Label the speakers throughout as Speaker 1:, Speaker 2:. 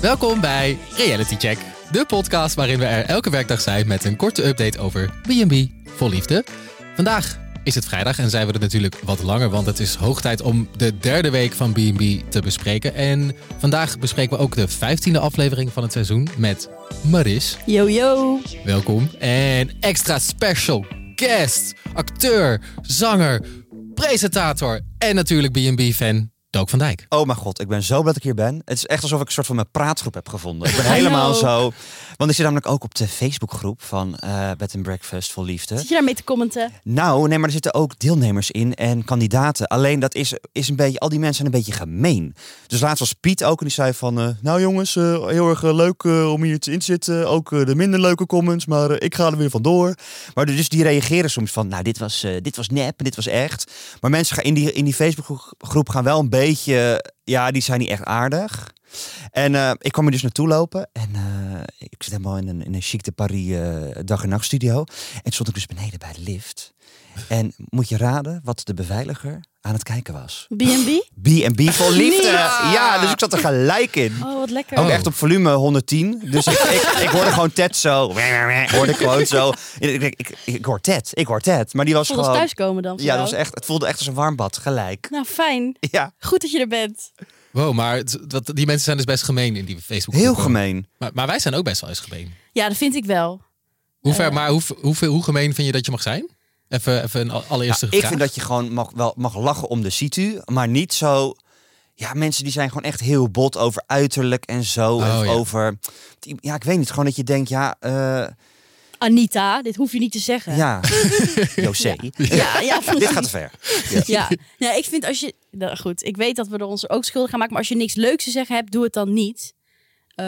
Speaker 1: Welkom bij Reality Check, de podcast waarin we er elke werkdag zijn met een korte update over B&B vol liefde. Vandaag is het vrijdag en zijn we er natuurlijk wat langer, want het is hoog tijd om de derde week van B&B te bespreken. En vandaag bespreken we ook de vijftiende aflevering van het seizoen met Maris.
Speaker 2: Yo, yo.
Speaker 1: Welkom. En extra special guest, acteur, zanger, presentator en natuurlijk B&B-fan Dook van Dijk.
Speaker 3: Oh mijn god, ik ben zo blij dat ik hier ben. Het is echt alsof ik een soort van mijn praatgroep heb gevonden. Ik ben helemaal zo. Want ik zit namelijk ook op de Facebookgroep van eh Bed and Breakfast Vol Liefde.
Speaker 2: Zit je daar mee te commenten?
Speaker 3: Nou, nee, maar er zitten ook deelnemers in en kandidaten. Alleen dat is, is een beetje, al die mensen zijn een beetje gemeen. Dus laatst was Piet ook en die zei van... eh, nou jongens, eh, heel erg eh, leuk eh, om hier te- in te zitten. Ook eh, de minder leuke comments, maar eh, ik ga er weer vandoor. Maar dus die reageren soms van... Nou, dit was, eh, dit was nep en dit was echt. Maar mensen gaan in die, in die Facebookgroep gaan wel een beetje... eh, Ja, die zijn niet echt aardig. En eh, ik kwam er dus naartoe lopen. En eh, ik zit helemaal in een, in een chic de Paris eh, dag- en nachtstudio. En stond ik dus beneden bij de lift. En moet je raden wat de beveiliger aan het kijken was?
Speaker 2: B&B?
Speaker 3: B&B vol liefde.
Speaker 1: Nee.
Speaker 3: Ja, dus ik zat er gelijk in.
Speaker 2: Oh, wat lekker.
Speaker 3: Ook echt op volume 110. Dus ik, ik, ik hoorde gewoon Ted zo. Hoorde ik gewoon zo. Ik, ik, ik, ik hoor Ted, ik hoor Ted. Maar die was
Speaker 2: Voelt als
Speaker 3: gewoon...
Speaker 2: thuiskomen dan. voor
Speaker 3: Ja, dat
Speaker 2: jou.
Speaker 3: was echt, het voelde echt als een warmbad, gelijk.
Speaker 2: Nou, fijn.
Speaker 3: Ja,
Speaker 2: Goed dat je er bent.
Speaker 1: Wow, maar het- dat, die mensen zijn dus best gemeen in die Facebook.
Speaker 3: heel gemeen.
Speaker 1: Maar, maar wij zijn ook best wel eens gemeen.
Speaker 2: Ja, dat vind ik wel.
Speaker 1: Hoe ver, maar hoe, hoe, hoe gemeen vind je dat je mag zijn? Even, even een al- allereerste
Speaker 3: Nou, ik
Speaker 1: vraag.
Speaker 3: vind dat je gewoon mag, wel, mag lachen om de situ, maar niet zo... Ja, mensen die zijn gewoon echt heel bot over uiterlijk en zo.
Speaker 1: Oh,
Speaker 3: en
Speaker 1: ja.
Speaker 3: over... Ja, ik weet niet. Gewoon dat je denkt, ja... eh,
Speaker 2: Anita, dit hoef je niet te zeggen.
Speaker 3: ja. José.
Speaker 2: ja, ja,
Speaker 3: Dit gaat te ver.
Speaker 2: ja. ja, ik vind als je... Nou, goed, ik weet dat we er ons ook schuldig aan maken. Maar als je niks leuks te zeggen hebt, doe het dan niet. Eh,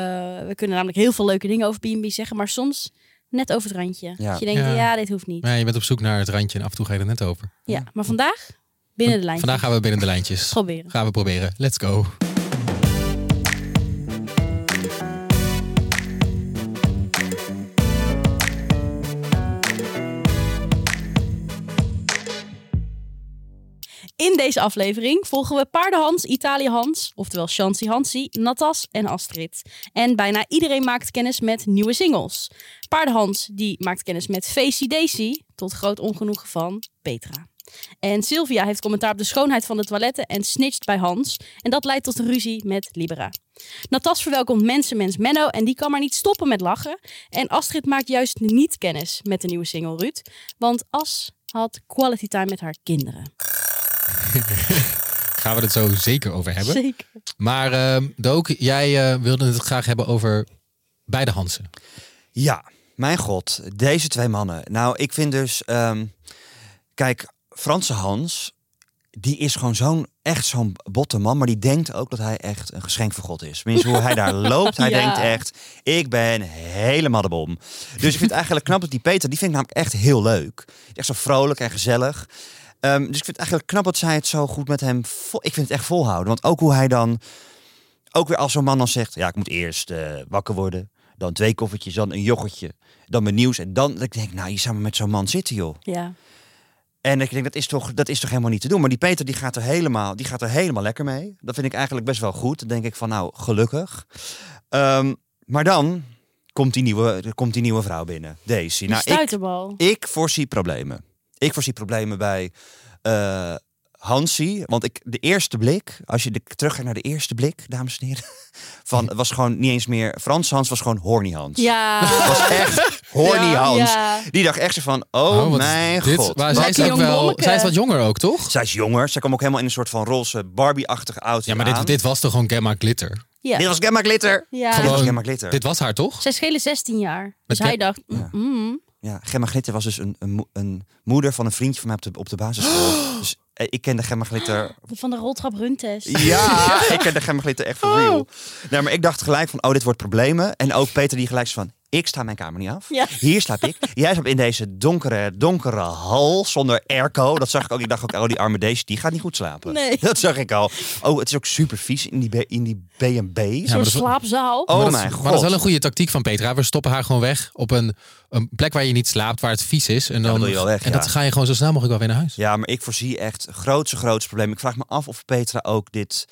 Speaker 2: we kunnen namelijk heel veel leuke dingen over B&B zeggen. Maar soms net over het randje.
Speaker 3: Ja.
Speaker 2: Dat je denkt,
Speaker 1: Ja.
Speaker 2: ja. dit hoeft niet.
Speaker 1: Ja, je bent op zoek naar het randje en af en toe ga je er net over.
Speaker 2: Ja, maar vandaag binnen de lijn.
Speaker 1: Vandaag gaan we binnen de lijntjes.
Speaker 2: proberen.
Speaker 1: Gaan we proberen. Let's go.
Speaker 2: In deze aflevering volgen we Paardenhans, Italië Hans, oftewel Chancy Hansi, Natas en Astrid. En bijna iedereen maakt kennis met nieuwe singles. Paardenhans die maakt kennis met Facey Daisy, tot groot ongenoegen van Petra. En Sylvia heeft commentaar op de schoonheid van de toiletten en snitcht bij Hans. En dat leidt tot een ruzie met Libera. Natas verwelkomt mensenmens Menno en die kan maar niet stoppen met lachen. En Astrid maakt juist niet kennis met de nieuwe single Ruud. Want As had quality time met haar kinderen.
Speaker 1: Gaan we het zo zeker over hebben.
Speaker 2: Zeker.
Speaker 1: Maar ehm, Dook, jij eh, wilde het graag hebben over beide Hansen.
Speaker 3: Ja, mijn god, deze twee mannen. Nou, ik vind dus, ehm, kijk, Franse Hans, die is gewoon zo'n echt zo'n botte man, maar die denkt ook dat hij echt een geschenk van God is. Minstens hoe hij daar loopt, hij
Speaker 2: Ja.
Speaker 3: denkt echt, ik ben helemaal de bom. Dus ik vind het eigenlijk knap dat die Peter, die vind ik namelijk echt heel leuk. Die is Echt zo vrolijk en gezellig. Ehm, dus ik vind het eigenlijk knap dat zij het zo goed met hem. vol- ik vind het echt volhouden. Want ook hoe hij dan. Ook weer als zo'n man dan zegt. Ja, ik moet eerst eh, wakker worden. Dan twee koffertjes. Dan een yoghurtje. Dan mijn nieuws. En dan. Dat ik denk, nou, je zou maar met zo'n man zitten, joh.
Speaker 2: Ja.
Speaker 3: En ik denk, dat is, toch, dat is toch helemaal niet te doen. Maar die Peter die gaat, er helemaal, die gaat er helemaal lekker mee. Dat vind ik eigenlijk best wel goed. Dan denk ik van, nou, gelukkig. Ehm, maar dan komt die, nieuwe, er komt die nieuwe vrouw binnen. Daisy.
Speaker 2: Die
Speaker 3: Nou, ik,
Speaker 2: stuiterbal.
Speaker 3: ik voorzie problemen. Ik voorzie problemen bij eh, Hansi. Want ik, de eerste blik, als je de, teruggaat naar de eerste blik, dames en heren, van, was gewoon niet eens meer Frans Hans, was gewoon Horny Hans.
Speaker 2: Ja.
Speaker 3: Was echt Horny
Speaker 2: Ja,
Speaker 3: Hans.
Speaker 2: ja.
Speaker 3: Die dacht echt zo van, oh,
Speaker 1: wat is
Speaker 3: mijn
Speaker 1: Nou, dit?
Speaker 3: god.
Speaker 1: Maar zij is,
Speaker 2: een
Speaker 1: ook
Speaker 2: jong
Speaker 1: wel,
Speaker 2: bolleke.
Speaker 1: zij is wat jonger ook, toch?
Speaker 3: Zij is jonger. Zij kwam ook helemaal in een soort van roze Barbie-achtige outfit
Speaker 1: Ja, maar dit,
Speaker 3: aan.
Speaker 1: dit was toch gewoon Gamma Glitter?
Speaker 2: Ja.
Speaker 3: Dit was Gemma Glitter.
Speaker 2: Ja.
Speaker 3: Dit was
Speaker 1: Gewoon-
Speaker 3: Gemma Glitter.
Speaker 1: Dit was haar, toch?
Speaker 2: Zij schelen 16 jaar. Dus
Speaker 1: Met
Speaker 2: hij dacht,
Speaker 3: Ja.
Speaker 2: mm,
Speaker 3: Ja, Gemma Glitter was dus een, een, mo- een moeder van een vriendje van mij op de, op de basisschool. Dus eh, ik kende Gemma Glitter
Speaker 2: van de roltrap runtest.
Speaker 3: Ja, ik ken de gemglitter echt voor
Speaker 1: Oh.
Speaker 3: real. Nee, maar ik dacht gelijk van, oh, dit wordt problemen. En ook Peter die gelijk is van, ik sta mijn kamer niet af.
Speaker 2: Ja.
Speaker 3: Hier slaap ik. Jij slaapt in deze donkere, donkere hal zonder airco. Dat zag ik ook. Ik dacht ook, oh, die arme Daisy, die gaat niet goed slapen.
Speaker 2: Nee.
Speaker 3: Dat zag ik al. Oh, het is ook super vies in die, B- in die B&B.
Speaker 1: maar
Speaker 2: Zo'n
Speaker 1: dat is-
Speaker 2: slaapzaal.
Speaker 1: maar
Speaker 3: Oh
Speaker 1: dat, is-
Speaker 3: mijn god.
Speaker 1: Maar dat is wel een goede tactiek van Petra. We stoppen haar gewoon weg op een, een plek waar je niet slaapt, waar het vies is. En, dan,
Speaker 3: wil je wel weg,
Speaker 1: en dat
Speaker 3: ja.
Speaker 1: ga je gewoon zo snel mogelijk wel weer naar huis.
Speaker 3: Ja, maar ik voorzie echt grootse, grootse problemen. Ik vraag me af of Petra ook dit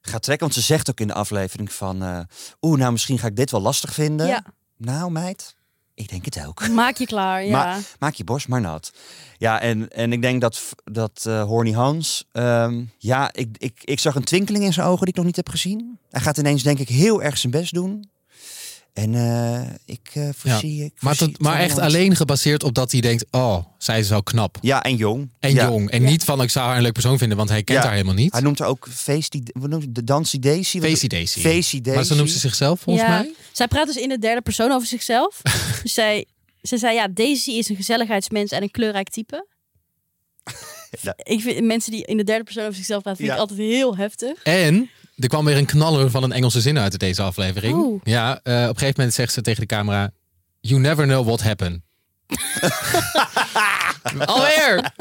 Speaker 3: gaat trekken. Want ze zegt ook in de aflevering van... eh, Oeh, nou misschien ga ik dit wel lastig vinden.
Speaker 2: Ja,
Speaker 3: Nou meid, ik denk het ook.
Speaker 2: maak je klaar. Ja.
Speaker 3: Maar- Maak je borst maar nat. Ja, en, en ik denk dat, dat eh, Horny Hans... ehm, ja, ik, ik, ik zag een twinkeling in zijn ogen die ik nog niet heb gezien. Hij gaat ineens denk ik heel erg zijn best doen. En eh, ik eh voorzie... ik
Speaker 1: Maar,
Speaker 3: voorzie
Speaker 1: tot- maar echt
Speaker 3: Twinkeling.
Speaker 1: alleen gebaseerd op dat hij denkt, oh, zij is wel knap
Speaker 3: Ja, en jong.
Speaker 1: en
Speaker 3: Ja.
Speaker 1: jong. En
Speaker 2: Ja.
Speaker 1: niet van, ik zou haar een leuk persoon vinden, want hij kent
Speaker 3: Ja.
Speaker 1: haar helemaal niet.
Speaker 3: Hij noemt haar ook Feestie... Wat noemt ze? De Dancy Daisy? Wat-
Speaker 1: Facey Daisy.
Speaker 3: Feestie Daisy.
Speaker 1: Maar zo noemt ze zichzelf, volgens
Speaker 2: Ja.
Speaker 1: mij.
Speaker 2: Zij praat dus in de derde persoon over zichzelf. dus zij, ze zei, ja, Daisy is een gezelligheidsmens en een kleurrijk type.
Speaker 3: Ja.
Speaker 2: Ik vind mensen die in de derde persoon over zichzelf praten, vind
Speaker 3: Ja.
Speaker 2: ik altijd heel heftig.
Speaker 1: En er kwam weer een knaller van een Engelse zin uit deze aflevering.
Speaker 2: Oeh.
Speaker 1: Ja, eh, op een gegeven moment zegt ze tegen de camera... You never know what happened. Alweer!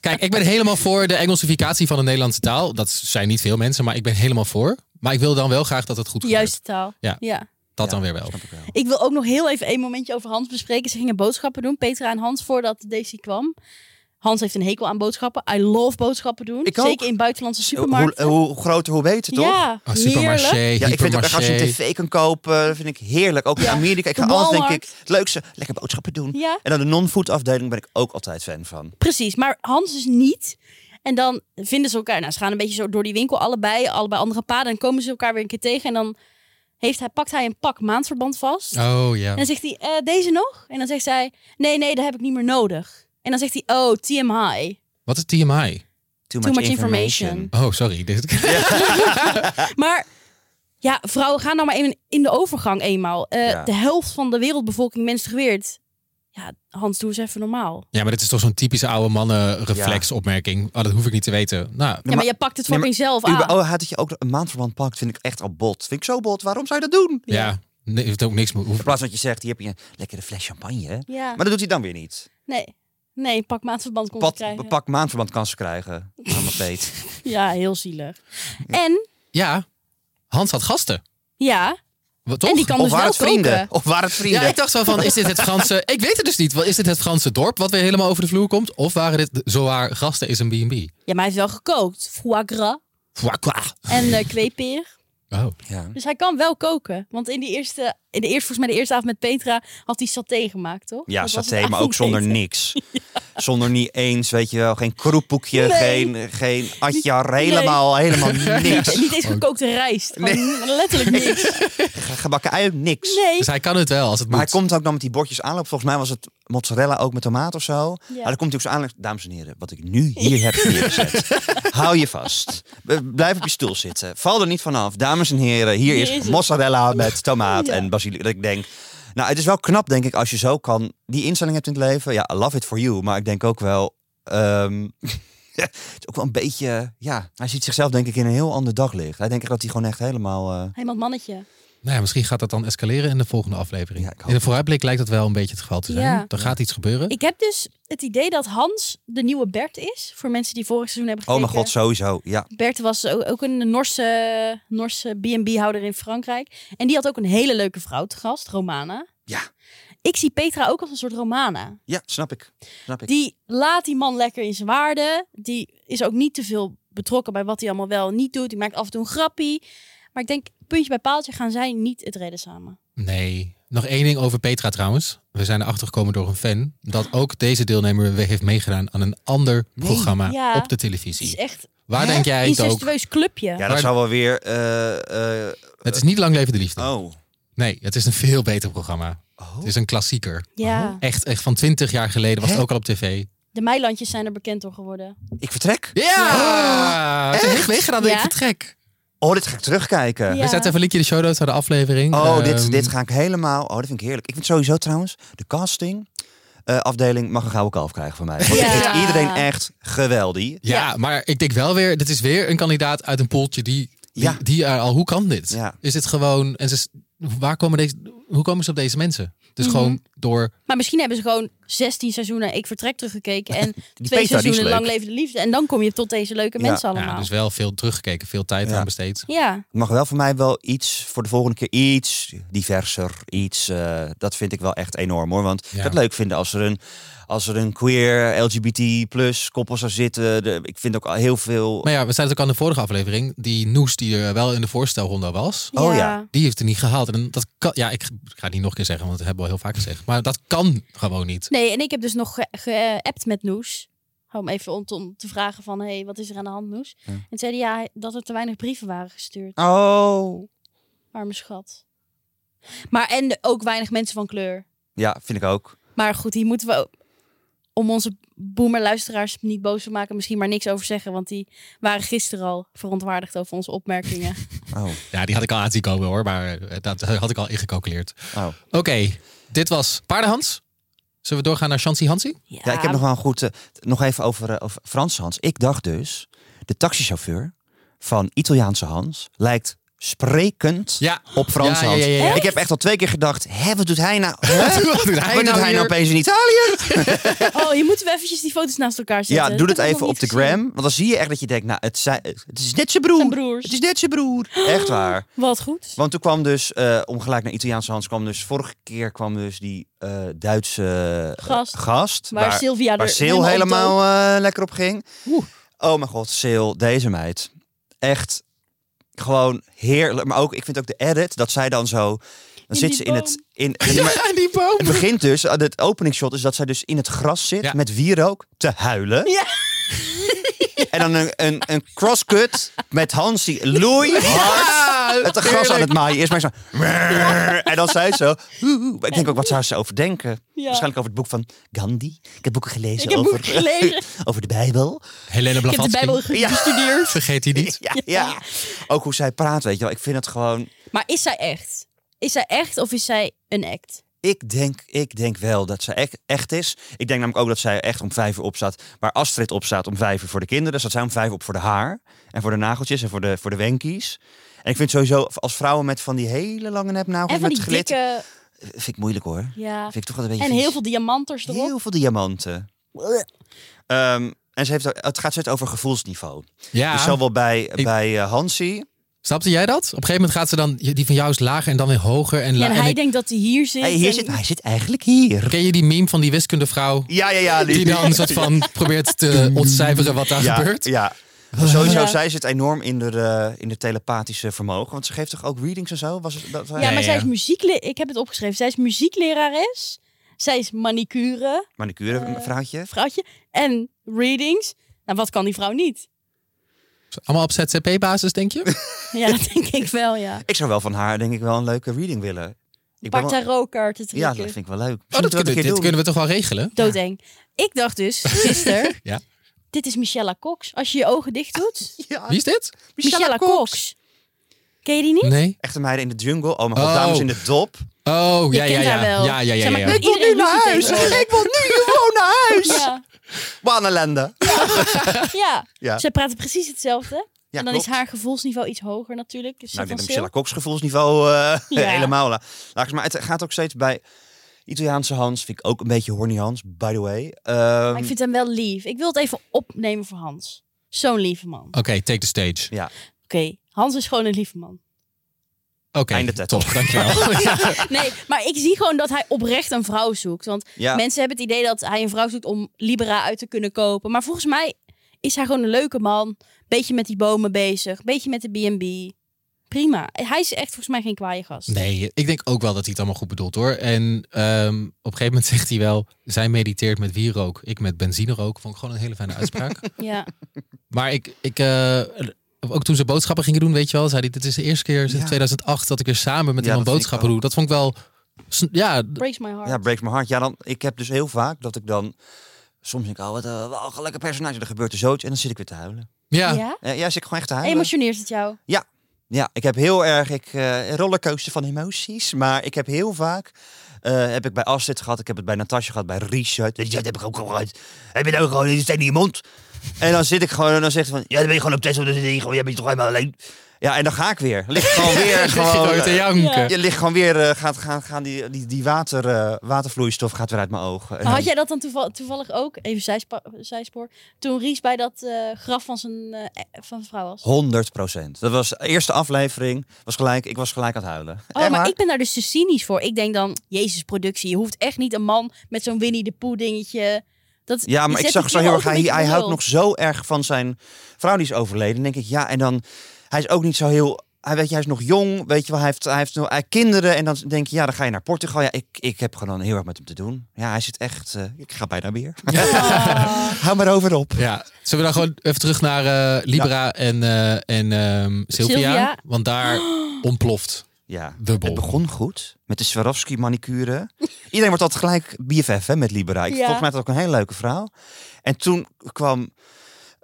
Speaker 1: Kijk, ik ben helemaal voor de Engelsificatie van de Nederlandse taal. Dat zijn niet veel mensen, maar ik ben helemaal voor. Maar ik wil dan wel graag dat het goed
Speaker 2: De
Speaker 1: gebeurt.
Speaker 2: juiste taal.
Speaker 1: Ja. Dat dan weer wel.
Speaker 3: snap ik wel.
Speaker 2: Ik wil ook nog heel even één momentje over Hans bespreken. Ze gingen boodschappen doen, Petra en Hans, voordat Daisy kwam. Hans heeft een hekel aan boodschappen. I love boodschappen doen.
Speaker 3: Ik ook.
Speaker 2: Zeker in buitenlandse
Speaker 3: Hoe,
Speaker 2: supermarkten.
Speaker 3: hoe groter, hoe beter, toch? Ah,
Speaker 2: ja,
Speaker 1: Oh,
Speaker 2: heerlijk.
Speaker 1: supermarché,
Speaker 3: Ja, ik vind het ook echt als je een
Speaker 1: hypermarché.
Speaker 3: tv kan kopen, vind ik heerlijk. Ook in
Speaker 2: Ja.
Speaker 3: Amerika. Ik ga
Speaker 2: De
Speaker 3: altijd, denk
Speaker 2: Walmart.
Speaker 3: ik, het leukste, lekker boodschappen doen.
Speaker 2: Ja.
Speaker 3: En dan de non-food afdeling ben ik ook altijd fan van.
Speaker 2: Precies, maar Hans is niet. En dan vinden ze elkaar. Nou, ze gaan een beetje zo door die winkel, allebei, allebei andere paden. En komen ze elkaar weer een keer tegen. En dan heeft hij, pakt hij een pak maandverband vast.
Speaker 1: Oh ja.
Speaker 2: En dan zegt hij, eh, deze nog? En dan zegt zij, nee, nee, dat heb ik niet meer nodig. En dan zegt hij, oh, TMI.
Speaker 1: Wat is TMI?
Speaker 3: Too,
Speaker 2: much information.
Speaker 1: Oh, sorry. Dit-
Speaker 2: Maar ja, vrouwen gaan nou maar even in de overgang eenmaal. Eh,
Speaker 3: Ja.
Speaker 2: De helft van de wereldbevolking menstrueert. Ja, Hans, doe eens even normaal.
Speaker 1: Ja, maar dit is toch zo'n typische oude mannen reflexopmerking. Oh, dat hoef ik niet te weten. Nou,
Speaker 2: Ja, maar, je pakt het
Speaker 3: nee,
Speaker 2: fucking zelf
Speaker 3: Uber-
Speaker 2: aan.
Speaker 3: oh, had dat je ook een maandverband pakt, vind ik echt al bot. Vind ik zo bot. Waarom zou je dat doen?
Speaker 1: ja. Nee, heeft ook niks. mo- hoef-
Speaker 3: In plaats van dat je zegt, hier heb je een lekkere fles champagne. hè?
Speaker 2: Ja,
Speaker 3: Maar dat doet hij dan weer niet.
Speaker 2: nee. Nee, pak maandverband kon
Speaker 3: Pat,
Speaker 2: krijgen.
Speaker 3: pak maandverband kansen krijgen. Allemaal peet.
Speaker 2: Ja, heel zielig. En,
Speaker 1: Ja, Hans had gasten.
Speaker 2: ja,
Speaker 1: Wat, Toch?
Speaker 2: en die kan
Speaker 3: Of
Speaker 2: dus
Speaker 3: waren
Speaker 2: wel
Speaker 3: het vrienden?
Speaker 2: koken.
Speaker 3: Of waren het vrienden?
Speaker 1: Ja, ik dacht zo van, is dit het Franse... Ik weet het dus niet. Wel, Is dit het Franse dorp wat weer helemaal over de vloer komt? Of waren dit de- zowaar gasten is een B&B?
Speaker 2: Ja, maar hij heeft wel gekookt. Foie gras
Speaker 1: Foie gras.
Speaker 2: en eh, kweepeer.
Speaker 1: Oh,
Speaker 3: ah. Ja.
Speaker 2: Dus hij kan wel koken. Want in, die eerste, in de eerste, volgens mij de eerste avond met Petra had hij saté gemaakt, toch?
Speaker 3: Ja,
Speaker 2: Dat was
Speaker 3: saté,
Speaker 2: het
Speaker 3: maar ook zonder
Speaker 2: avondeten.
Speaker 3: niks. Zonder niet eens, weet je wel. Geen kroepboekje,
Speaker 2: Nee.
Speaker 3: geen, geen atjar, helemaal, helemaal niks.
Speaker 2: Niet eens gekookte rijst. Gewoon letterlijk niks.
Speaker 3: Ge- Gebakken ui, niks.
Speaker 2: Nee.
Speaker 1: dus hij kan het wel als het
Speaker 3: Maar hij
Speaker 1: moet.
Speaker 3: komt ook dan met die bordjes aanloop. Volgens mij was het mozzarella ook met tomaat of zo. Maar dan komt hij ook zo aan. Dames en heren, wat ik nu hier heb neergezet. hou je vast. B- Blijf op je stoel zitten. Val er niet vanaf. Dames en heren, hier
Speaker 2: Hier
Speaker 3: is,
Speaker 2: is het.
Speaker 3: mozzarella met tomaat
Speaker 2: Ja.
Speaker 3: en basilicum. Dat ik denk... Nou, het is wel knap, denk ik, als je zo kan... Die instelling hebt in het leven. Ja, I love it for you. Maar ik denk ook wel... ehm, het is ook wel een beetje... Ja, hij ziet zichzelf denk ik in een heel ander daglicht. Hij denkt echt dat hij gewoon echt helemaal... eh,
Speaker 2: Helemaal mannetje.
Speaker 1: Nou ja, misschien gaat dat dan escaleren in de volgende aflevering.
Speaker 3: Ja, ik hoop
Speaker 1: in de vooruitblik lijkt dat wel een beetje het geval te zijn.
Speaker 2: Ja.
Speaker 1: Er gaat iets gebeuren.
Speaker 2: Ik heb dus het idee dat Hans de nieuwe Bert is. Voor mensen die vorig seizoen hebben
Speaker 3: oh
Speaker 2: gekeken.
Speaker 3: mijn god, sowieso. Ja.
Speaker 2: Bert was ook ook een Norse, Norse B&B-houder in Frankrijk. En die had ook een hele leuke vrouw te gast, Romana.
Speaker 3: Ja.
Speaker 2: Ik zie Petra ook als een soort Romana.
Speaker 3: Ja, snap ik. Snap ik.
Speaker 2: Die laat die man lekker in zijn waarde. Die is ook niet te veel betrokken bij wat hij allemaal wel en niet doet. Die maakt af en toe een grappie. Maar ik denk, puntje bij paaltje gaan zij niet het redden samen.
Speaker 1: Nee. Nog één ding over Petra trouwens. We zijn erachter gekomen door een fan dat ook deze deelnemer weer heeft meegedaan aan een ander
Speaker 3: Nee.
Speaker 1: programma
Speaker 2: Ja.
Speaker 1: op de
Speaker 2: Het is
Speaker 1: televisie.
Speaker 2: echt
Speaker 1: Waar
Speaker 3: Hè?
Speaker 1: denk jij
Speaker 2: een
Speaker 1: het ook?
Speaker 2: incestueus clubje.
Speaker 3: Ja,
Speaker 1: Maar-
Speaker 3: dat zou wel weer. eh, eh,
Speaker 1: Het is niet Lang Leven de Liefde.
Speaker 3: oh.
Speaker 1: Nee, het is een veel beter programma.
Speaker 3: oh.
Speaker 1: Het is een klassieker.
Speaker 2: Ja.
Speaker 1: Echt, echt van 20 jaar geleden was het
Speaker 3: Hè?
Speaker 1: ook al op tv.
Speaker 2: De Meilandjes zijn er bekend door geworden.
Speaker 3: Ik vertrek.
Speaker 1: Ja! Ze heeft meegedaan dat ik
Speaker 2: Ja.
Speaker 1: vertrek.
Speaker 3: Oh, dit ga ik terugkijken.
Speaker 2: Ja.
Speaker 1: We zetten even een linkje in de show notes naar de aflevering.
Speaker 3: Oh,
Speaker 1: Ehm,
Speaker 3: dit, dit ga ik helemaal. Oh, dat vind ik heerlijk. Ik vind sowieso trouwens de casting. eh, afdeling mag een gouden kalf krijgen van mij. Want
Speaker 2: Ja.
Speaker 3: ik vind iedereen echt geweldig.
Speaker 1: Ja, maar ik denk wel weer, dit is weer een kandidaat uit een poeltje die, die,
Speaker 3: Ja.
Speaker 1: die er al, hoe kan dit?
Speaker 3: Ja.
Speaker 1: Is dit gewoon, en ze, s- waar komen deze, hoe komen ze op deze mensen? Dus
Speaker 2: Mhm.
Speaker 1: gewoon door.
Speaker 2: Maar misschien hebben ze gewoon 16 seizoenen Ik Vertrek teruggekeken. En twee
Speaker 3: Peter, die is
Speaker 2: seizoenen
Speaker 3: leuk.
Speaker 2: Lang Leven de Liefde. En dan kom je tot deze leuke
Speaker 3: Ja.
Speaker 2: mensen allemaal.
Speaker 1: Ja,
Speaker 2: Ja,
Speaker 1: dus wel veel teruggekeken, veel tijd
Speaker 3: Ja.
Speaker 1: aan besteed.
Speaker 3: mag wel voor mij wel iets, voor de volgende keer iets diverser, iets. eh, dat vind ik wel echt enorm hoor. Want
Speaker 1: Ja.
Speaker 3: ik zou het leuk vinden als er een, als er een queer LGBT plus koppel zou zitten. De- ik vind ook al heel veel.
Speaker 1: Maar ja, we zeiden het ook aan de vorige aflevering. Die Noes die er wel in de voorstelronde was,
Speaker 3: Oh ja.
Speaker 1: die heeft er niet gehaald. En dat kan, ja, ik ga het niet nog een keer zeggen, want dat hebben we al heel vaak gezegd. Maar dat kan gewoon niet.
Speaker 2: Nee, en ik heb dus nog ge- geappt met Noes. Om even om, om te vragen van, hey, wat is er aan de hand, Noes?
Speaker 3: Ja.
Speaker 2: En zei hij, ja, dat er te weinig brieven waren gestuurd.
Speaker 3: Oh.
Speaker 2: Arme schat. Maar en ook weinig mensen van kleur.
Speaker 3: Ja, vind ik ook.
Speaker 2: Maar goed, hier moeten we ook- om onze boomerluisteraars niet boos te maken, misschien maar niks over zeggen. Want die waren gisteren al verontwaardigd over onze opmerkingen.
Speaker 3: Oh.
Speaker 1: Ja, die had ik al aan zien komen hoor, maar eh, dat had ik al ingecalculeerd.
Speaker 3: oh.
Speaker 1: Oké, dit was Paardenhans. Zullen we doorgaan naar Chansi Hansi?
Speaker 2: Ja,
Speaker 3: Ja, ik heb nog wel een goed. eh, t- nog even over, eh, over Frans Hans. Ik dacht dus, de taxichauffeur van Italiaanse Hans lijkt sprekend
Speaker 1: Ja.
Speaker 3: op Frans
Speaker 1: Ja, ja,
Speaker 3: Hans.
Speaker 1: ja, ja, ja.
Speaker 3: Ik heb echt al twee keer gedacht, hè, wat doet hij nou? Hè?
Speaker 1: Wat doet
Speaker 3: Wat doet hij nou
Speaker 1: hier?
Speaker 3: opeens in Italië?
Speaker 2: Oh, hier moeten we eventjes die foto's naast elkaar zetten.
Speaker 3: Ja, doe dat
Speaker 2: heb ik
Speaker 3: even
Speaker 2: nog
Speaker 3: op de
Speaker 2: niet gezien.
Speaker 3: gram. Want dan zie je echt dat je denkt, nou, het, zijn, het is net zijn broer.
Speaker 2: Zijn broers.
Speaker 3: Het is net zijn broer. Echt waar.
Speaker 2: Wat goed.
Speaker 3: Want toen kwam dus, eh, om gelijk naar Italiaanse Hans, kwam dus vorige keer kwam dus die eh, Duitse eh,
Speaker 2: Gast.
Speaker 3: gast
Speaker 2: Waar, Sylvia
Speaker 3: Waar
Speaker 2: er
Speaker 3: Seel
Speaker 2: op dook.
Speaker 3: helemaal eh, lekker op ging.
Speaker 1: Oeh.
Speaker 3: Oh mijn god, Seel, deze meid. Echt gewoon heerlijk. Maar ook, ik vind ook de edit, dat zij dan zo... Dan
Speaker 2: In
Speaker 3: zit
Speaker 2: die
Speaker 3: ze in
Speaker 2: boom.
Speaker 3: het... In, maar
Speaker 1: Ja, die boom.
Speaker 3: het begint dus, eh, het openingsshot is dat zij dus in het gras zit
Speaker 1: Ja.
Speaker 3: met wierook te huilen.
Speaker 2: Ja.
Speaker 3: En dan een, een, een crosscut met Hans die loeihard het gras aan het maaien is. Maar zo, en dan zij zo... "Oeh, oeh." Ik denk ook, wat zou ze over denken?
Speaker 2: Ja.
Speaker 3: Waarschijnlijk over het boek van Gandhi. Ik heb boeken gelezen
Speaker 2: Ik heb
Speaker 3: over,
Speaker 2: boeken gelezen.
Speaker 3: over de Bijbel.
Speaker 1: Helene
Speaker 2: Ik heb de
Speaker 1: Blavatsky.
Speaker 2: Bijbel ge- gestudeerd.
Speaker 1: Vergeet die niet.
Speaker 3: Ja, ja. Ook hoe zij praat, weet je wel. Ik vind het gewoon...
Speaker 2: Maar is zij echt? Is zij echt of is zij een act?
Speaker 3: Ik denk, ik denk wel dat zij echt, echt is. Ik denk namelijk ook dat zij echt om vijf uur opstaat. Waar Astrid opstaat om vijf uur voor de kinderen. Staat zij om vijf uur op voor de haar. En voor de nageltjes en voor de, voor de wenkies. En ik vind sowieso, als vrouwen met van die hele lange nepnagels
Speaker 2: en van
Speaker 3: met
Speaker 2: die
Speaker 3: glitter...
Speaker 2: dikke...
Speaker 3: Vind ik moeilijk hoor.
Speaker 2: Ja.
Speaker 3: Vind ik toch wel een beetje
Speaker 2: En
Speaker 3: vies.
Speaker 2: heel veel diamanters erop.
Speaker 3: Heel veel diamanten. Ehm, en ze heeft, het gaat steeds over gevoelsniveau.
Speaker 1: Ja.
Speaker 3: Dus zowel bij,
Speaker 1: Ik-
Speaker 3: bij eh, Hansie...
Speaker 1: Snapte jij dat? Op een gegeven moment gaat ze dan, die van jou is lager en dan weer hoger. En, la-
Speaker 2: Ja, en
Speaker 1: en
Speaker 2: hij
Speaker 1: ik-
Speaker 2: denkt dat hij hier zit.
Speaker 3: Hey, hier
Speaker 2: en-
Speaker 3: zit, hij zit eigenlijk hier.
Speaker 1: Ken je die meme van die wiskundevrouw?
Speaker 3: Ja, ja, ja.
Speaker 1: Die dan een soort van probeert te ontcijferen wat daar
Speaker 3: ja,
Speaker 1: gebeurt.
Speaker 3: Ja. Maar Sowieso,
Speaker 2: Ja.
Speaker 3: zij zit enorm in de, eh, in de telepathische vermogen. Want ze geeft toch ook readings en zo? Was het, dat, eh,
Speaker 2: Ja,
Speaker 1: Ja,
Speaker 2: maar
Speaker 1: ja,
Speaker 2: zij
Speaker 1: ja.
Speaker 2: is muziekle... Ik heb het opgeschreven. Zij is muzieklerares. Zij is manicure,
Speaker 3: Manicure, een vrouwtje.
Speaker 2: vrouwtje. En readings. Nou, wat kan die vrouw niet?
Speaker 1: Allemaal op ZZP-basis, denk je?
Speaker 2: Ja, dat denk ik wel, ja.
Speaker 3: Ik zou wel van haar, denk ik, wel een leuke reading willen. Ik ben
Speaker 2: Paar
Speaker 3: wel-
Speaker 2: tarotkaarten
Speaker 3: ja, dat
Speaker 2: trekken.
Speaker 3: vind ik wel leuk.
Speaker 1: Oh, dat
Speaker 3: Misschien moeten we
Speaker 1: kunnen,
Speaker 3: een keer
Speaker 1: dit
Speaker 3: doen.
Speaker 1: kunnen we toch wel regelen?
Speaker 2: Doodeng. Ik dacht dus gisteren,
Speaker 1: Ja.
Speaker 2: dit is Michelle Cox. Als je je ogen dicht doet.
Speaker 3: Ja,
Speaker 1: Wie is dit?
Speaker 2: Michelle Cox. Ken je die niet?
Speaker 1: Nee.
Speaker 3: Echte meiden in de jungle. Oh mijn
Speaker 1: Oh.
Speaker 3: god, dames in de dop.
Speaker 1: Oh,
Speaker 2: Je
Speaker 1: ja, ja,
Speaker 2: kent
Speaker 1: ja.
Speaker 2: haar wel.
Speaker 1: Ja, ja, ja,
Speaker 2: Zeg maar,
Speaker 1: ja.
Speaker 2: ik wil Iedereen nu naar doet het huis. tegenwoordig.
Speaker 3: wil nu gewoon naar huis.
Speaker 2: Ja,
Speaker 3: Wanelende.
Speaker 2: ja.
Speaker 3: Ja.
Speaker 2: Ze praten precies hetzelfde.
Speaker 3: Ja,
Speaker 2: en dan
Speaker 3: klopt.
Speaker 2: is haar gevoelsniveau iets hoger natuurlijk. Dus
Speaker 3: Nou, ik
Speaker 2: van
Speaker 3: denk dat
Speaker 2: Sil-
Speaker 3: Michelle Cox gevoelsniveau eh,
Speaker 2: Ja.
Speaker 3: helemaal la- laag is. Maar het gaat ook steeds bij Italiaanse Hans. Vind ik ook een beetje horny Hans, by the way. Ehm,
Speaker 2: Maar ik vind hem wel lief. Ik wil het even opnemen voor Hans. Zo'n lieve man. Oké,
Speaker 1: Oké, take the stage.
Speaker 3: Ja,
Speaker 2: Hans is gewoon een lieve man.
Speaker 1: Oké,
Speaker 3: Einde TED
Speaker 1: top.
Speaker 3: Talk.
Speaker 1: Dankjewel. ja.
Speaker 2: Nee, maar ik zie gewoon dat hij oprecht een vrouw zoekt. Want
Speaker 3: ja.
Speaker 2: mensen hebben het idee dat hij een vrouw zoekt om Libera uit te kunnen kopen. Maar volgens mij is hij gewoon een leuke man. Beetje met die bomen bezig. Beetje met de B&B. Prima. Hij is echt volgens mij geen kwaaie gast.
Speaker 1: Nee, ik denk ook wel dat hij het allemaal goed bedoelt hoor. En ehm, op een gegeven moment zegt hij wel, zij mediteert met wierook, ik met benzinerook. Vond ik gewoon een hele fijne uitspraak.
Speaker 2: Ja.
Speaker 1: maar ik, ik eh, ook toen ze boodschappen gingen doen, weet je wel, zei hij, dit is de eerste keer sinds
Speaker 3: Ja.
Speaker 1: 2008 dat ik weer samen met iemand
Speaker 3: Ja, dat vind ik
Speaker 1: boodschappen
Speaker 3: ook.
Speaker 1: doe. Dat vond ik wel, s- ja, d-
Speaker 2: Breaks my heart.
Speaker 3: ja, breaks my heart. Ja, dan, ik heb dus heel vaak dat ik dan... Soms denk ik, oh, wat eh, wel een lekker personage. Er gebeurt er zoiets en dan zit ik weer te huilen.
Speaker 1: ja.
Speaker 2: Ja?
Speaker 3: Eh, ja, zit ik gewoon echt te huilen.
Speaker 2: Emotioneert het jou?
Speaker 3: Ja, ik heb heel erg ik, eh, een rollercoaster van emoties. Maar ik heb heel vaak. eh, heb ik bij Astrid gehad, ik heb het bij Natasja gehad, bij Richard. Ja, Dat heb ik ook al gehad. Heb je nou gewoon iets in je mond? En dan zit ik gewoon en dan zegt hij van, ja, dan ben je gewoon op test, want dan ben je gewoon- jij bent toch helemaal alleen. Ja, en dan ga ik weer. Ligt gewoon weer.
Speaker 1: Gewoon,
Speaker 3: gewoon,
Speaker 1: te janken.
Speaker 3: je ligt gewoon weer, eh, gaat, gaan, gaan die, die, die water, eh, watervloeistof gaat weer uit mijn ogen. En
Speaker 2: Maar had
Speaker 3: dan-
Speaker 2: jij dat dan toeval- toevallig ook, even zijspa- zijspoor, toen Ries bij dat eh, graf van zijn, eh, van zijn vrouw was?
Speaker 3: 100 Dat was de eerste aflevering. Was gelijk, ik was gelijk aan het huilen.
Speaker 2: Oh,
Speaker 3: Echt
Speaker 2: maar
Speaker 3: waar?
Speaker 2: ik ben daar dus te cynisch voor. Ik denk dan, jezus productie, je hoeft echt niet een man met zo'n Winnie de Pooh dingetje. Dat,
Speaker 3: Ja,
Speaker 2: je
Speaker 3: maar ik
Speaker 2: zet
Speaker 3: zag
Speaker 2: die
Speaker 3: zo heel
Speaker 2: kerel
Speaker 3: erg,
Speaker 2: ook een
Speaker 3: hij,
Speaker 2: beetje
Speaker 3: hij
Speaker 2: op
Speaker 3: houdt
Speaker 2: nul.
Speaker 3: nog zo erg van zijn vrouw die is overleden. Dan denk ik, ja, en dan, hij is ook niet zo heel, hij, weet je, hij is nog jong, weet je wel, hij heeft, hij heeft nog hij heeft kinderen. En dan denk je, ja, dan ga je naar Portugal. Ja, ik, ik heb gewoon heel erg met hem te doen. Ja, hij zit echt, eh, ik ga bijna weer.
Speaker 2: Ah.
Speaker 3: Hou maar over op.
Speaker 1: Ja, zullen we dan gewoon even terug naar eh, Libra en, eh, en ehm, Sylvia?
Speaker 2: Sylvia.
Speaker 1: Want daar ontploft
Speaker 3: Ja,
Speaker 1: dubbel.
Speaker 3: het begon goed met de Swarovski manicure. Iedereen wordt altijd gelijk BFF hè, met Libera. Ik
Speaker 2: Ja.
Speaker 3: volgens mij had dat ook een hele leuke vrouw. En toen kwam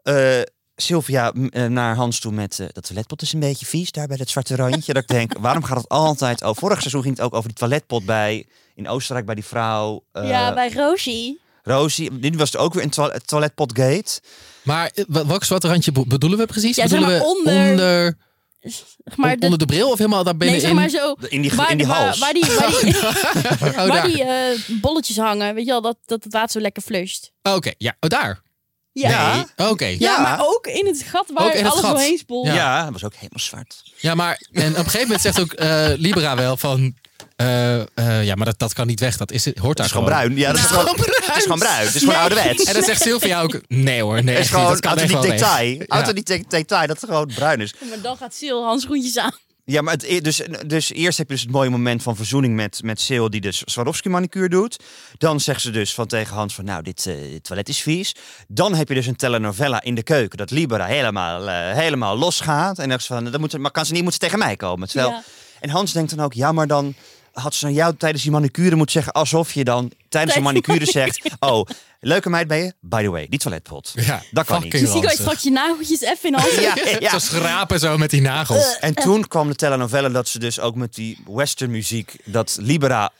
Speaker 3: eh Sylvia m, eh, naar Hans toe met eh, dat toiletpot is een beetje vies daar bij dat zwarte randje. dat ik denk, waarom gaat het altijd over? Vorig seizoen ging het ook over die toiletpot bij in Oostenrijk bij die vrouw eh,
Speaker 2: ja, bij Rosie.
Speaker 3: Rosie. Nu was het ook weer een toilet, toiletpotgate.
Speaker 1: Maar eh, wa- welk zwarte randje be- bedoelen we precies?
Speaker 2: Ja, zeg
Speaker 1: bedoelen
Speaker 2: maar
Speaker 1: we
Speaker 2: onder-
Speaker 1: onder,
Speaker 2: Zeg Maar
Speaker 1: on-
Speaker 2: de,
Speaker 1: onder de bril of helemaal daar
Speaker 2: nee,
Speaker 1: binnenin?
Speaker 2: zeg maar zo.
Speaker 3: In die,
Speaker 2: Waar,
Speaker 3: in die
Speaker 2: waar-
Speaker 3: hals.
Speaker 2: waar die, waar die,
Speaker 1: Oh,
Speaker 2: waar
Speaker 1: daar.
Speaker 2: die eh, bolletjes hangen, weet je wel, dat, dat het water zo lekker flusht.
Speaker 1: Oh, Oké, ja, oh, daar.
Speaker 2: Ja.
Speaker 3: Ja.
Speaker 1: Oké,
Speaker 2: Ja,
Speaker 3: Ja.
Speaker 2: maar ook in het gat
Speaker 1: Ook
Speaker 2: waar
Speaker 1: in het
Speaker 2: alles
Speaker 1: gat.
Speaker 2: doorheen spoelt.
Speaker 1: Ja.
Speaker 3: ja. dat was ook helemaal zwart.
Speaker 1: ja, maar en op een gegeven moment zegt ook eh, Libra wel van... eh, eh, ja, maar dat, dat kan niet weg. Dat is, hoort
Speaker 3: Het
Speaker 1: daar
Speaker 3: is gewoon bruin. Ja, dat is gewoon, het is gewoon bruin. Het is gewoon
Speaker 2: Nee.
Speaker 3: ouderwets.
Speaker 1: En dan zegt Sylvia ook... Nee hoor, nee,
Speaker 3: Het
Speaker 1: echt niet,
Speaker 3: is gewoon
Speaker 1: dat kan echt
Speaker 3: authentiek
Speaker 1: wel weg.
Speaker 3: detail.
Speaker 1: Ja.
Speaker 3: Authentiek detail, dat het gewoon bruin is.
Speaker 2: Maar dan gaat Sil handschoentjes aan.
Speaker 3: Ja, maar het, e- dus, dus eerst heb je dus het mooie moment van verzoening met, met Sil, die dus Swarovski manicure doet. Dan zegt ze dus van tegen Hans van, nou, dit eh, dit toilet is vies. Dan heb je dus een telenovela in de keuken, dat Libera helemaal, eh, helemaal losgaat. En dan zegt ze van, dat moet, ze- maar kan ze niet, moet ze tegen mij komen. Terwijl,
Speaker 2: Ja.
Speaker 3: En Hans denkt dan ook, ja, maar dan had ze aan jou tijdens die manicure moeten zeggen, alsof je dan tijdens de
Speaker 2: Tijdens
Speaker 3: manicure zegt, oh, leuke meid ben je? By the way, die toiletpot.
Speaker 1: Ja,
Speaker 3: Dat kan
Speaker 1: fucking
Speaker 3: niet.
Speaker 2: Dus zie ik
Speaker 1: ranzig.
Speaker 2: ooit straks je nageltjes even in handen.
Speaker 3: Ja, Eh.
Speaker 1: Zo schrapen zo met die nagels.
Speaker 3: En toen kwam de telenovelle dat ze dus ook met die western muziek, dat Libera,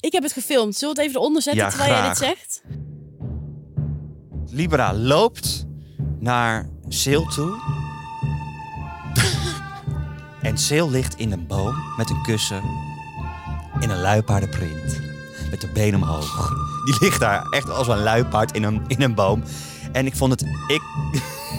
Speaker 2: Ik heb het gefilmd. Zullen we het even eronder zetten
Speaker 3: Ja,
Speaker 2: terwijl jij dit
Speaker 3: graag.
Speaker 2: zegt?
Speaker 3: Libera loopt naar Sil toe. en Sil ligt in een boom met een kussen in een luipaardenprint. Met de been omhoog. Die ligt daar echt als een luipaard in een, in een boom. En ik vond het, ik,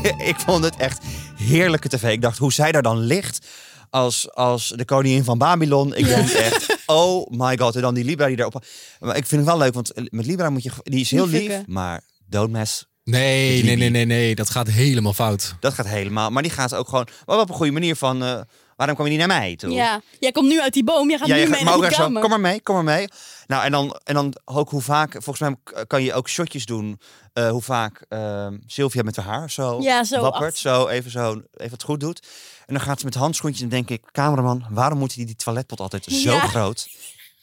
Speaker 3: ik vond het echt heerlijke tv. Ik dacht hoe zij daar dan ligt als, als de koningin van Babylon. Ik denk echt, oh my god. En dan die Libra die daarop... Maar ik vind het wel leuk, want met Libra moet je... Die is heel
Speaker 2: Niet
Speaker 3: lief,
Speaker 2: fucken.
Speaker 3: maar don't mess
Speaker 1: Nee, nee,
Speaker 3: Met Libby.
Speaker 1: nee, nee, nee. Dat gaat helemaal fout.
Speaker 3: dat gaat helemaal. Maar die gaat ook gewoon maar wel op een goede manier van... eh, waarom kwam je niet naar mij toe?
Speaker 2: Ja. Jij komt nu uit die boom. Jij gaat
Speaker 3: Ja,
Speaker 2: nu
Speaker 3: je
Speaker 2: mee
Speaker 3: gaat, maar
Speaker 2: naar die
Speaker 3: ook echt zo,
Speaker 2: kamer.
Speaker 3: kom maar mee, kom maar mee. Nou, en dan, en dan ook hoe vaak... Volgens mij k- kan je ook shotjes doen. eh, hoe vaak ehm Sylvia met haar haar zo
Speaker 2: Ja, zo
Speaker 3: wappert.
Speaker 2: af.
Speaker 3: Zo even, zo even het goed doet. En dan gaat ze met handschoentjes en denk ik... Cameraman, waarom moet die, die toiletpot altijd zo
Speaker 2: Ja.
Speaker 3: groot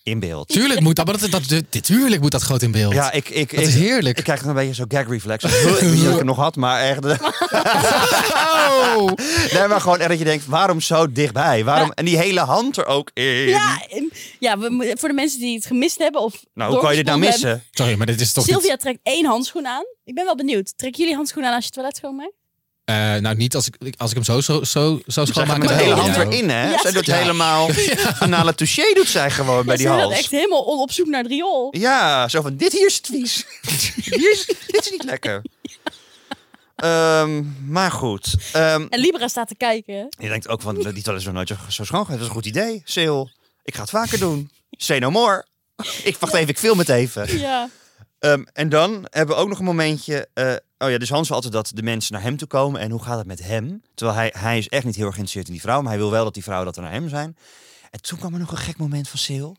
Speaker 3: in beeld?
Speaker 1: Tuurlijk moet dat, maar dat, dat, dit- tuurlijk moet dat groot in beeld.
Speaker 3: Ja, ik, ik,
Speaker 1: dat
Speaker 3: ik,
Speaker 1: is heerlijk.
Speaker 3: ik krijg een beetje zo'n gag reflex. Wie ik het nog had, maar echt... eh,
Speaker 1: oh!
Speaker 3: Nee, maar gewoon echt dat je denkt, waarom zo dichtbij? Waarom? En die hele hand er ook in.
Speaker 2: Ja, en- ja we, moeten- voor de mensen die het gemist hebben. Of
Speaker 3: Nou, hoe kan je dit nou
Speaker 2: doorgespoeld hebben.
Speaker 3: missen?
Speaker 1: Sorry, maar dit is toch
Speaker 2: Sylvia trekt één handschoen aan. Ik ben wel benieuwd. Trek jullie handschoen aan als je het toilet schoonmaakt?
Speaker 1: niet- eh, nou, niet als ik, als ik hem zo, zo, zo, zo
Speaker 3: Zij gaat
Speaker 1: schoonmaak.
Speaker 3: met de
Speaker 1: wel,
Speaker 3: hele
Speaker 1: ja.
Speaker 3: hand erin, hè?
Speaker 2: Ja.
Speaker 3: Zij doet
Speaker 1: Ja.
Speaker 3: helemaal finale touché doet zij gewoon bij
Speaker 2: Ja,
Speaker 3: die
Speaker 2: ze gaat
Speaker 3: hals.
Speaker 2: echt helemaal on- op zoek naar het riool.
Speaker 3: Ja, zo van, dit hier is het vies. Hier is- dit is niet lekker. Ehm, maar goed. Ehm,
Speaker 2: En Libra staat te kijken.
Speaker 3: je denkt ook van, die toilet is nog nooit zo- zo schoon geweest. Dat is een goed idee. Sil, ik ga het vaker doen. Say no more. Ik wacht even, ik film het even.
Speaker 2: Ja.
Speaker 3: Ehm, en dan hebben we ook nog een momentje. eh, oh ja, dus Hans wil altijd dat de mensen naar hem toe komen. En hoe gaat het met hem? Terwijl hij, hij is echt niet heel erg geïnteresseerd in die vrouw. Maar hij wil wel dat die vrouwen dat er naar hem zijn. En toen kwam er nog een gek moment van Sil.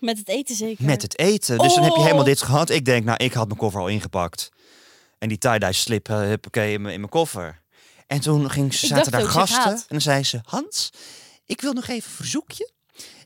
Speaker 2: Met het eten zeker.
Speaker 3: Met het eten. Dus dan heb je
Speaker 2: Oh.
Speaker 3: helemaal dit gehad. Ik denk, nou, ik had mijn koffer al ingepakt. En die tie-dye slip, eh, huppakee, in mijn in mijn koffer. En toen ging, ze-
Speaker 2: Ik
Speaker 3: zaten
Speaker 2: dacht
Speaker 3: daar
Speaker 2: ook, ze
Speaker 3: gasten. En
Speaker 2: gaat.
Speaker 3: dan zei ze, Hans, ik wil nog even een verzoekje.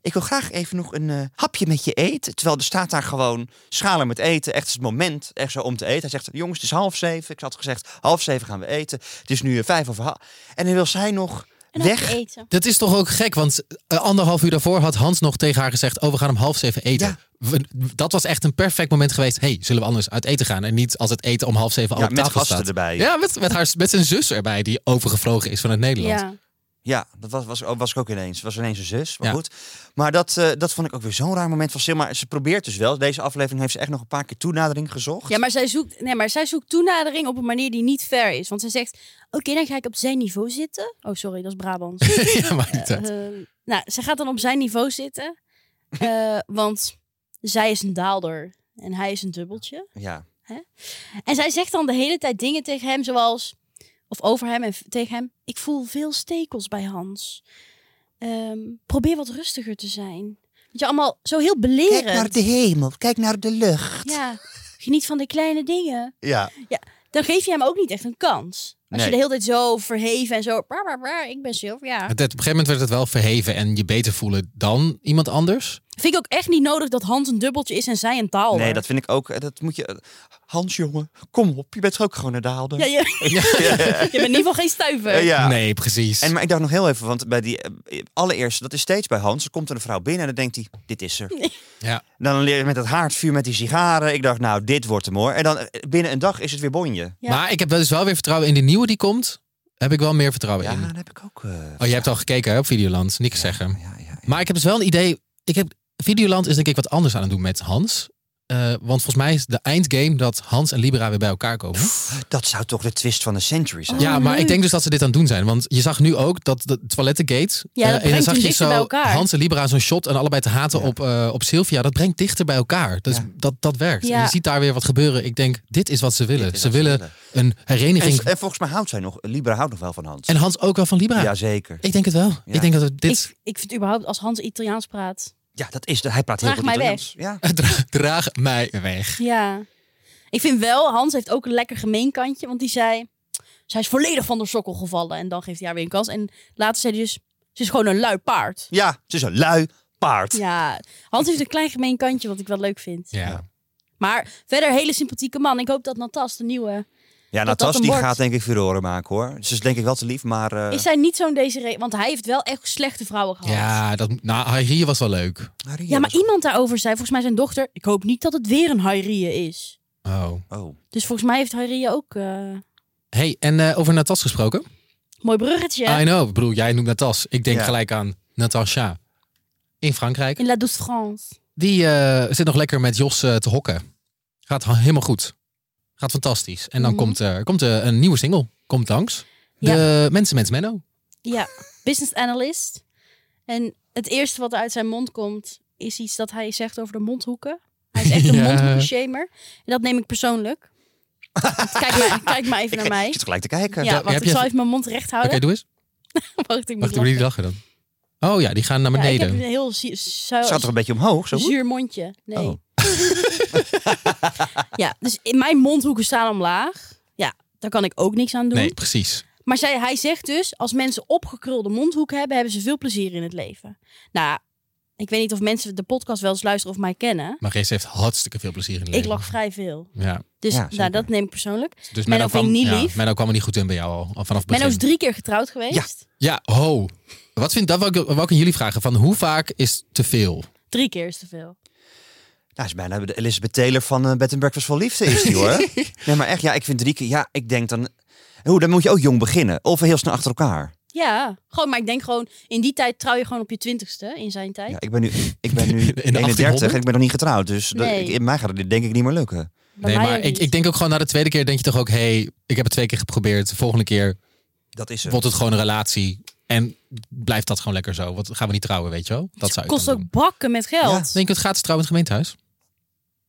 Speaker 3: Ik wil graag even nog een eh, hapje met je eten. Terwijl er staat daar gewoon schalen met eten. Echt het moment echt zo om te eten. Hij zegt, jongens, het is half zeven. Ik had gezegd, half zeven gaan we eten. Het is nu eh, vijf over half. En dan wil zij nog
Speaker 2: En dan
Speaker 3: weg.
Speaker 2: het eten.
Speaker 1: Dat is toch ook gek, want eh, anderhalf uur daarvoor had Hans nog tegen haar gezegd... oh, we gaan om half zeven eten.
Speaker 3: Ja.
Speaker 1: We- dat was echt een perfect moment geweest. hey, zullen we anders uit eten gaan? En niet als het eten om half zeven al
Speaker 3: Ja,
Speaker 1: op
Speaker 3: met
Speaker 1: tafel
Speaker 3: gasten
Speaker 1: staat.
Speaker 3: erbij.
Speaker 1: Ja, met, met, haar, met zijn zus erbij, die overgevlogen is vanuit Nederland.
Speaker 2: Ja.
Speaker 3: Ja, dat was, oh, was, was ik ook ineens. Was ineens een zus. Maar
Speaker 1: Ja.
Speaker 3: goed. Maar dat, eh, dat vond ik ook weer zo'n raar moment van Sil. Maar ze probeert dus wel. Deze aflevering heeft ze echt nog een paar keer toenadering gezocht.
Speaker 2: Ja, maar zij zoekt, nee, maar zij zoekt toenadering op een manier die niet fair is. Want zij zegt, oké, dan ga ik op zijn niveau zitten. Oh, sorry, dat is Brabant.
Speaker 1: ja, maakt niet eh, uit.
Speaker 2: nou, zij gaat dan op zijn niveau zitten. eh, want zij is een daalder en hij is een dubbeltje.
Speaker 3: Ja.
Speaker 2: En zij zegt dan de hele tijd dingen tegen hem, zoals... Of over hem en v- tegen hem. Ik voel veel stekels bij Hans. Ehm, probeer wat rustiger te zijn. Weet je, allemaal zo heel belerend.
Speaker 3: hemel. Kijk naar de lucht.
Speaker 2: Ja, geniet van de kleine dingen.
Speaker 3: Ja.
Speaker 2: Dan geef je hem ook niet echt een kans. Als
Speaker 3: Nee.
Speaker 2: je de hele tijd zo verheven en zo... "Bra, bra, bra, ik ben Sylvia. Ja.
Speaker 1: Het- Op een gegeven moment werd het wel verheven en je beter voelen dan iemand anders.
Speaker 2: Vind ik ook echt niet nodig dat Hans een dubbeltje is en zij een taal.
Speaker 3: Nee, dat vind ik ook. eh, Dat moet je. Hans, jongen, kom op. Je bent ook gewoon een daalder.
Speaker 2: Ja, je, je bent in ieder geval geen stuiver.
Speaker 3: Eh, ja.
Speaker 1: Nee, precies.
Speaker 3: En maar ik dacht nog heel even, want bij die eh, allereerste, dat is steeds bij Hans. Er komt er een vrouw binnen en dan denkt hij, dit is er.
Speaker 1: Ja.
Speaker 3: Dan leer je met dat haardvuur, met die sigaren. Ik dacht, nou, dit wordt hem hoor. En dan eh, binnen een dag is het weer bonje.
Speaker 2: Ja.
Speaker 1: Maar ik heb dus wel weer vertrouwen in de nieuwe die komt. Heb ik wel meer vertrouwen
Speaker 3: Ja,
Speaker 1: in.
Speaker 3: dat heb ik ook. eh,
Speaker 1: Oh, je hebt al gekeken hè, op Videoland. Niks zeggen.
Speaker 3: ja, ja, ja.
Speaker 1: Maar ik heb dus wel een idee. Ik heb, Videoland is denk ik wat anders aan het doen met Hans. Eh, want volgens mij is de eindgame dat Hans en Libera weer bij elkaar komen.
Speaker 3: Dat zou toch de twist van de century zijn?
Speaker 1: ja, maar
Speaker 2: Oh, leuk.
Speaker 1: ik denk dus dat ze dit aan het doen zijn. Want je zag nu ook dat de toilettengate...
Speaker 2: Ja,
Speaker 1: eh, en
Speaker 2: dat
Speaker 1: dan
Speaker 2: brengt
Speaker 1: zag
Speaker 2: hun
Speaker 1: je
Speaker 2: dichter bij
Speaker 1: zo
Speaker 2: elkaar.
Speaker 1: Hans en Libera zo'n shot en allebei te haten
Speaker 3: Ja.
Speaker 1: op, eh, op Sylvia. Dat brengt dichter bij elkaar. Dus
Speaker 3: Ja.
Speaker 1: dat, dat werkt. En
Speaker 2: Ja.
Speaker 1: je ziet daar weer wat gebeuren. Ik denk, dit is wat ze willen.
Speaker 3: Dit is
Speaker 1: Ze
Speaker 3: wat ze
Speaker 1: willen een
Speaker 3: En,
Speaker 1: hereniging.
Speaker 3: en volgens mij houdt zij nog, Libra houdt nog wel van Hans.
Speaker 1: En Hans ook wel van Libera.
Speaker 3: Jazeker.
Speaker 1: Ik denk het wel. Ik denk dat we dit...
Speaker 2: Ik, ik vind überhaupt als Hans Italiaans praat.
Speaker 3: Ja, dat is de, hij praat heel
Speaker 2: Draag mij
Speaker 3: goed Italiaans. Ja.
Speaker 1: Dra- draag mij weg.
Speaker 2: Ja. Ik vind wel, Hans heeft ook een lekker gemeen kantje. Want die zei, zij is volledig van de sokkel gevallen. En dan geeft hij haar weer een kans. En later zei hij dus, ze is gewoon een lui paard.
Speaker 3: ja, ze is een lui paard.
Speaker 2: Ja, Hans heeft een klein gemeen kantje wat ik wel leuk vind.
Speaker 1: Ja.
Speaker 2: Maar verder hele sympathieke man. Ik hoop dat Natas, de nieuwe...
Speaker 3: Ja,
Speaker 2: dat
Speaker 3: Natas
Speaker 2: hem
Speaker 3: die
Speaker 2: wordt.
Speaker 3: gaat denk ik furoren maken hoor. Ze is denk ik wel te lief, maar... eh,
Speaker 2: Is zij niet zo'n Desiree? Want hij heeft wel echt slechte vrouwen gehad.
Speaker 1: Ja, dat, nou, hier was wel leuk.
Speaker 3: Maria
Speaker 2: Ja, maar
Speaker 3: was-
Speaker 2: iemand daarover zei, volgens mij zijn dochter... Ik hoop niet dat het weer een Hairie is.
Speaker 1: Oh.
Speaker 3: Oh.
Speaker 2: Dus volgens mij heeft Hairie ook... eh,
Speaker 1: hey, en eh, over Natas gesproken?
Speaker 2: mooi bruggetje. hè?
Speaker 1: I know. Ik bedoel, jij noemt Natas. Ik denk
Speaker 3: Ja.
Speaker 1: gelijk aan Natasha. In Frankrijk.
Speaker 2: In La Douce France.
Speaker 1: Die eh, zit nog lekker met Jos eh, te hokken. Gaat ha- helemaal goed. Gaat fantastisch. En dan
Speaker 2: Mhm.
Speaker 1: komt, eh, komt eh, een nieuwe single. Komt langs. De Mensen Mens Menno.
Speaker 2: Ja, business analyst. En het eerste wat er uit zijn mond komt, is iets dat hij zegt over de mondhoeken. Hij is echt een
Speaker 1: Ja.
Speaker 2: mondhoekenshamer. En dat neem ik persoonlijk. kijk, maar, kijk maar even naar
Speaker 3: Ik- Ik
Speaker 2: mij.
Speaker 3: zit gelijk te kijken.
Speaker 2: Ja, oh,
Speaker 1: heb
Speaker 2: want ik
Speaker 1: je-
Speaker 2: zal even mijn mond recht
Speaker 1: Oké,
Speaker 2: houden.
Speaker 1: doe eens.
Speaker 2: Wacht, ik moet
Speaker 1: Wacht, hoe die
Speaker 2: lachen.
Speaker 1: lachen dan? Oh ja, die gaan naar
Speaker 2: Ja, ik
Speaker 1: beneden.
Speaker 2: heb een heel zi-
Speaker 3: Ze
Speaker 2: zu-
Speaker 3: gaat toch een beetje omhoog? Zo?
Speaker 2: zuur mondje. Nee.
Speaker 3: Oh.
Speaker 2: ja, dus in mijn mondhoeken staan omlaag. Ja, daar kan ik ook niks aan doen.
Speaker 1: Nee, precies.
Speaker 2: Maar zij, hij zegt dus, als mensen opgekrulde mondhoeken hebben, hebben ze veel plezier in het leven. Nou, ik weet niet of mensen de podcast wel eens luisteren of mij kennen.
Speaker 1: Maar Gees heeft hartstikke veel plezier in het
Speaker 2: Ik
Speaker 1: leven.
Speaker 2: lag vrij veel.
Speaker 1: Ja.
Speaker 2: Dus
Speaker 3: Ja, zeker.
Speaker 2: nou, dat neem ik persoonlijk.
Speaker 1: Dus
Speaker 2: Menno vind ik niet
Speaker 1: ja,
Speaker 2: lief.
Speaker 1: Menno kwam er niet goed in bij jou al, al vanaf het begin.
Speaker 2: Menno is drie keer getrouwd geweest.
Speaker 1: Ja, ho. Wat vind dat wou ik, wou ik aan jullie vragen? Van hoe vaak is te veel?
Speaker 2: Drie keer is te veel.
Speaker 3: Nou, is bijna de Elizabeth Taylor van eh, Bed and Breakfast vol Liefde is die hoor. nee, maar echt, ja, ik vind drie keer... Ja, ik denk dan... Hoe, dan moet je ook jong beginnen. Of heel snel achter elkaar.
Speaker 2: Ja, gewoon, maar ik denk gewoon, in die tijd trouw je gewoon op je twintigste in zijn tijd.
Speaker 3: Ja, ik ben nu, ik ben nu
Speaker 1: In de
Speaker 3: 31 en
Speaker 1: 1800?
Speaker 3: ik ben nog niet getrouwd. Dus dat-
Speaker 2: Nee.
Speaker 3: ik, in mij gaat het dit denk ik niet meer lukken.
Speaker 2: Bij
Speaker 1: nee,
Speaker 2: mij
Speaker 1: maar
Speaker 2: ook
Speaker 1: ik,
Speaker 2: niet.
Speaker 1: ik denk ook gewoon na de tweede keer denk je toch ook... hé, hey, ik heb het twee keer geprobeerd. De volgende keer
Speaker 3: Dat is
Speaker 1: wordt het gewoon een relatie. En blijft dat gewoon lekker zo. Want gaan we niet trouwen, weet je wel? Dat zou ik
Speaker 2: kost
Speaker 1: dan
Speaker 2: ook
Speaker 1: doen.
Speaker 2: bakken met geld.
Speaker 1: Denk je het gaat trouwen in het gemeentehuis?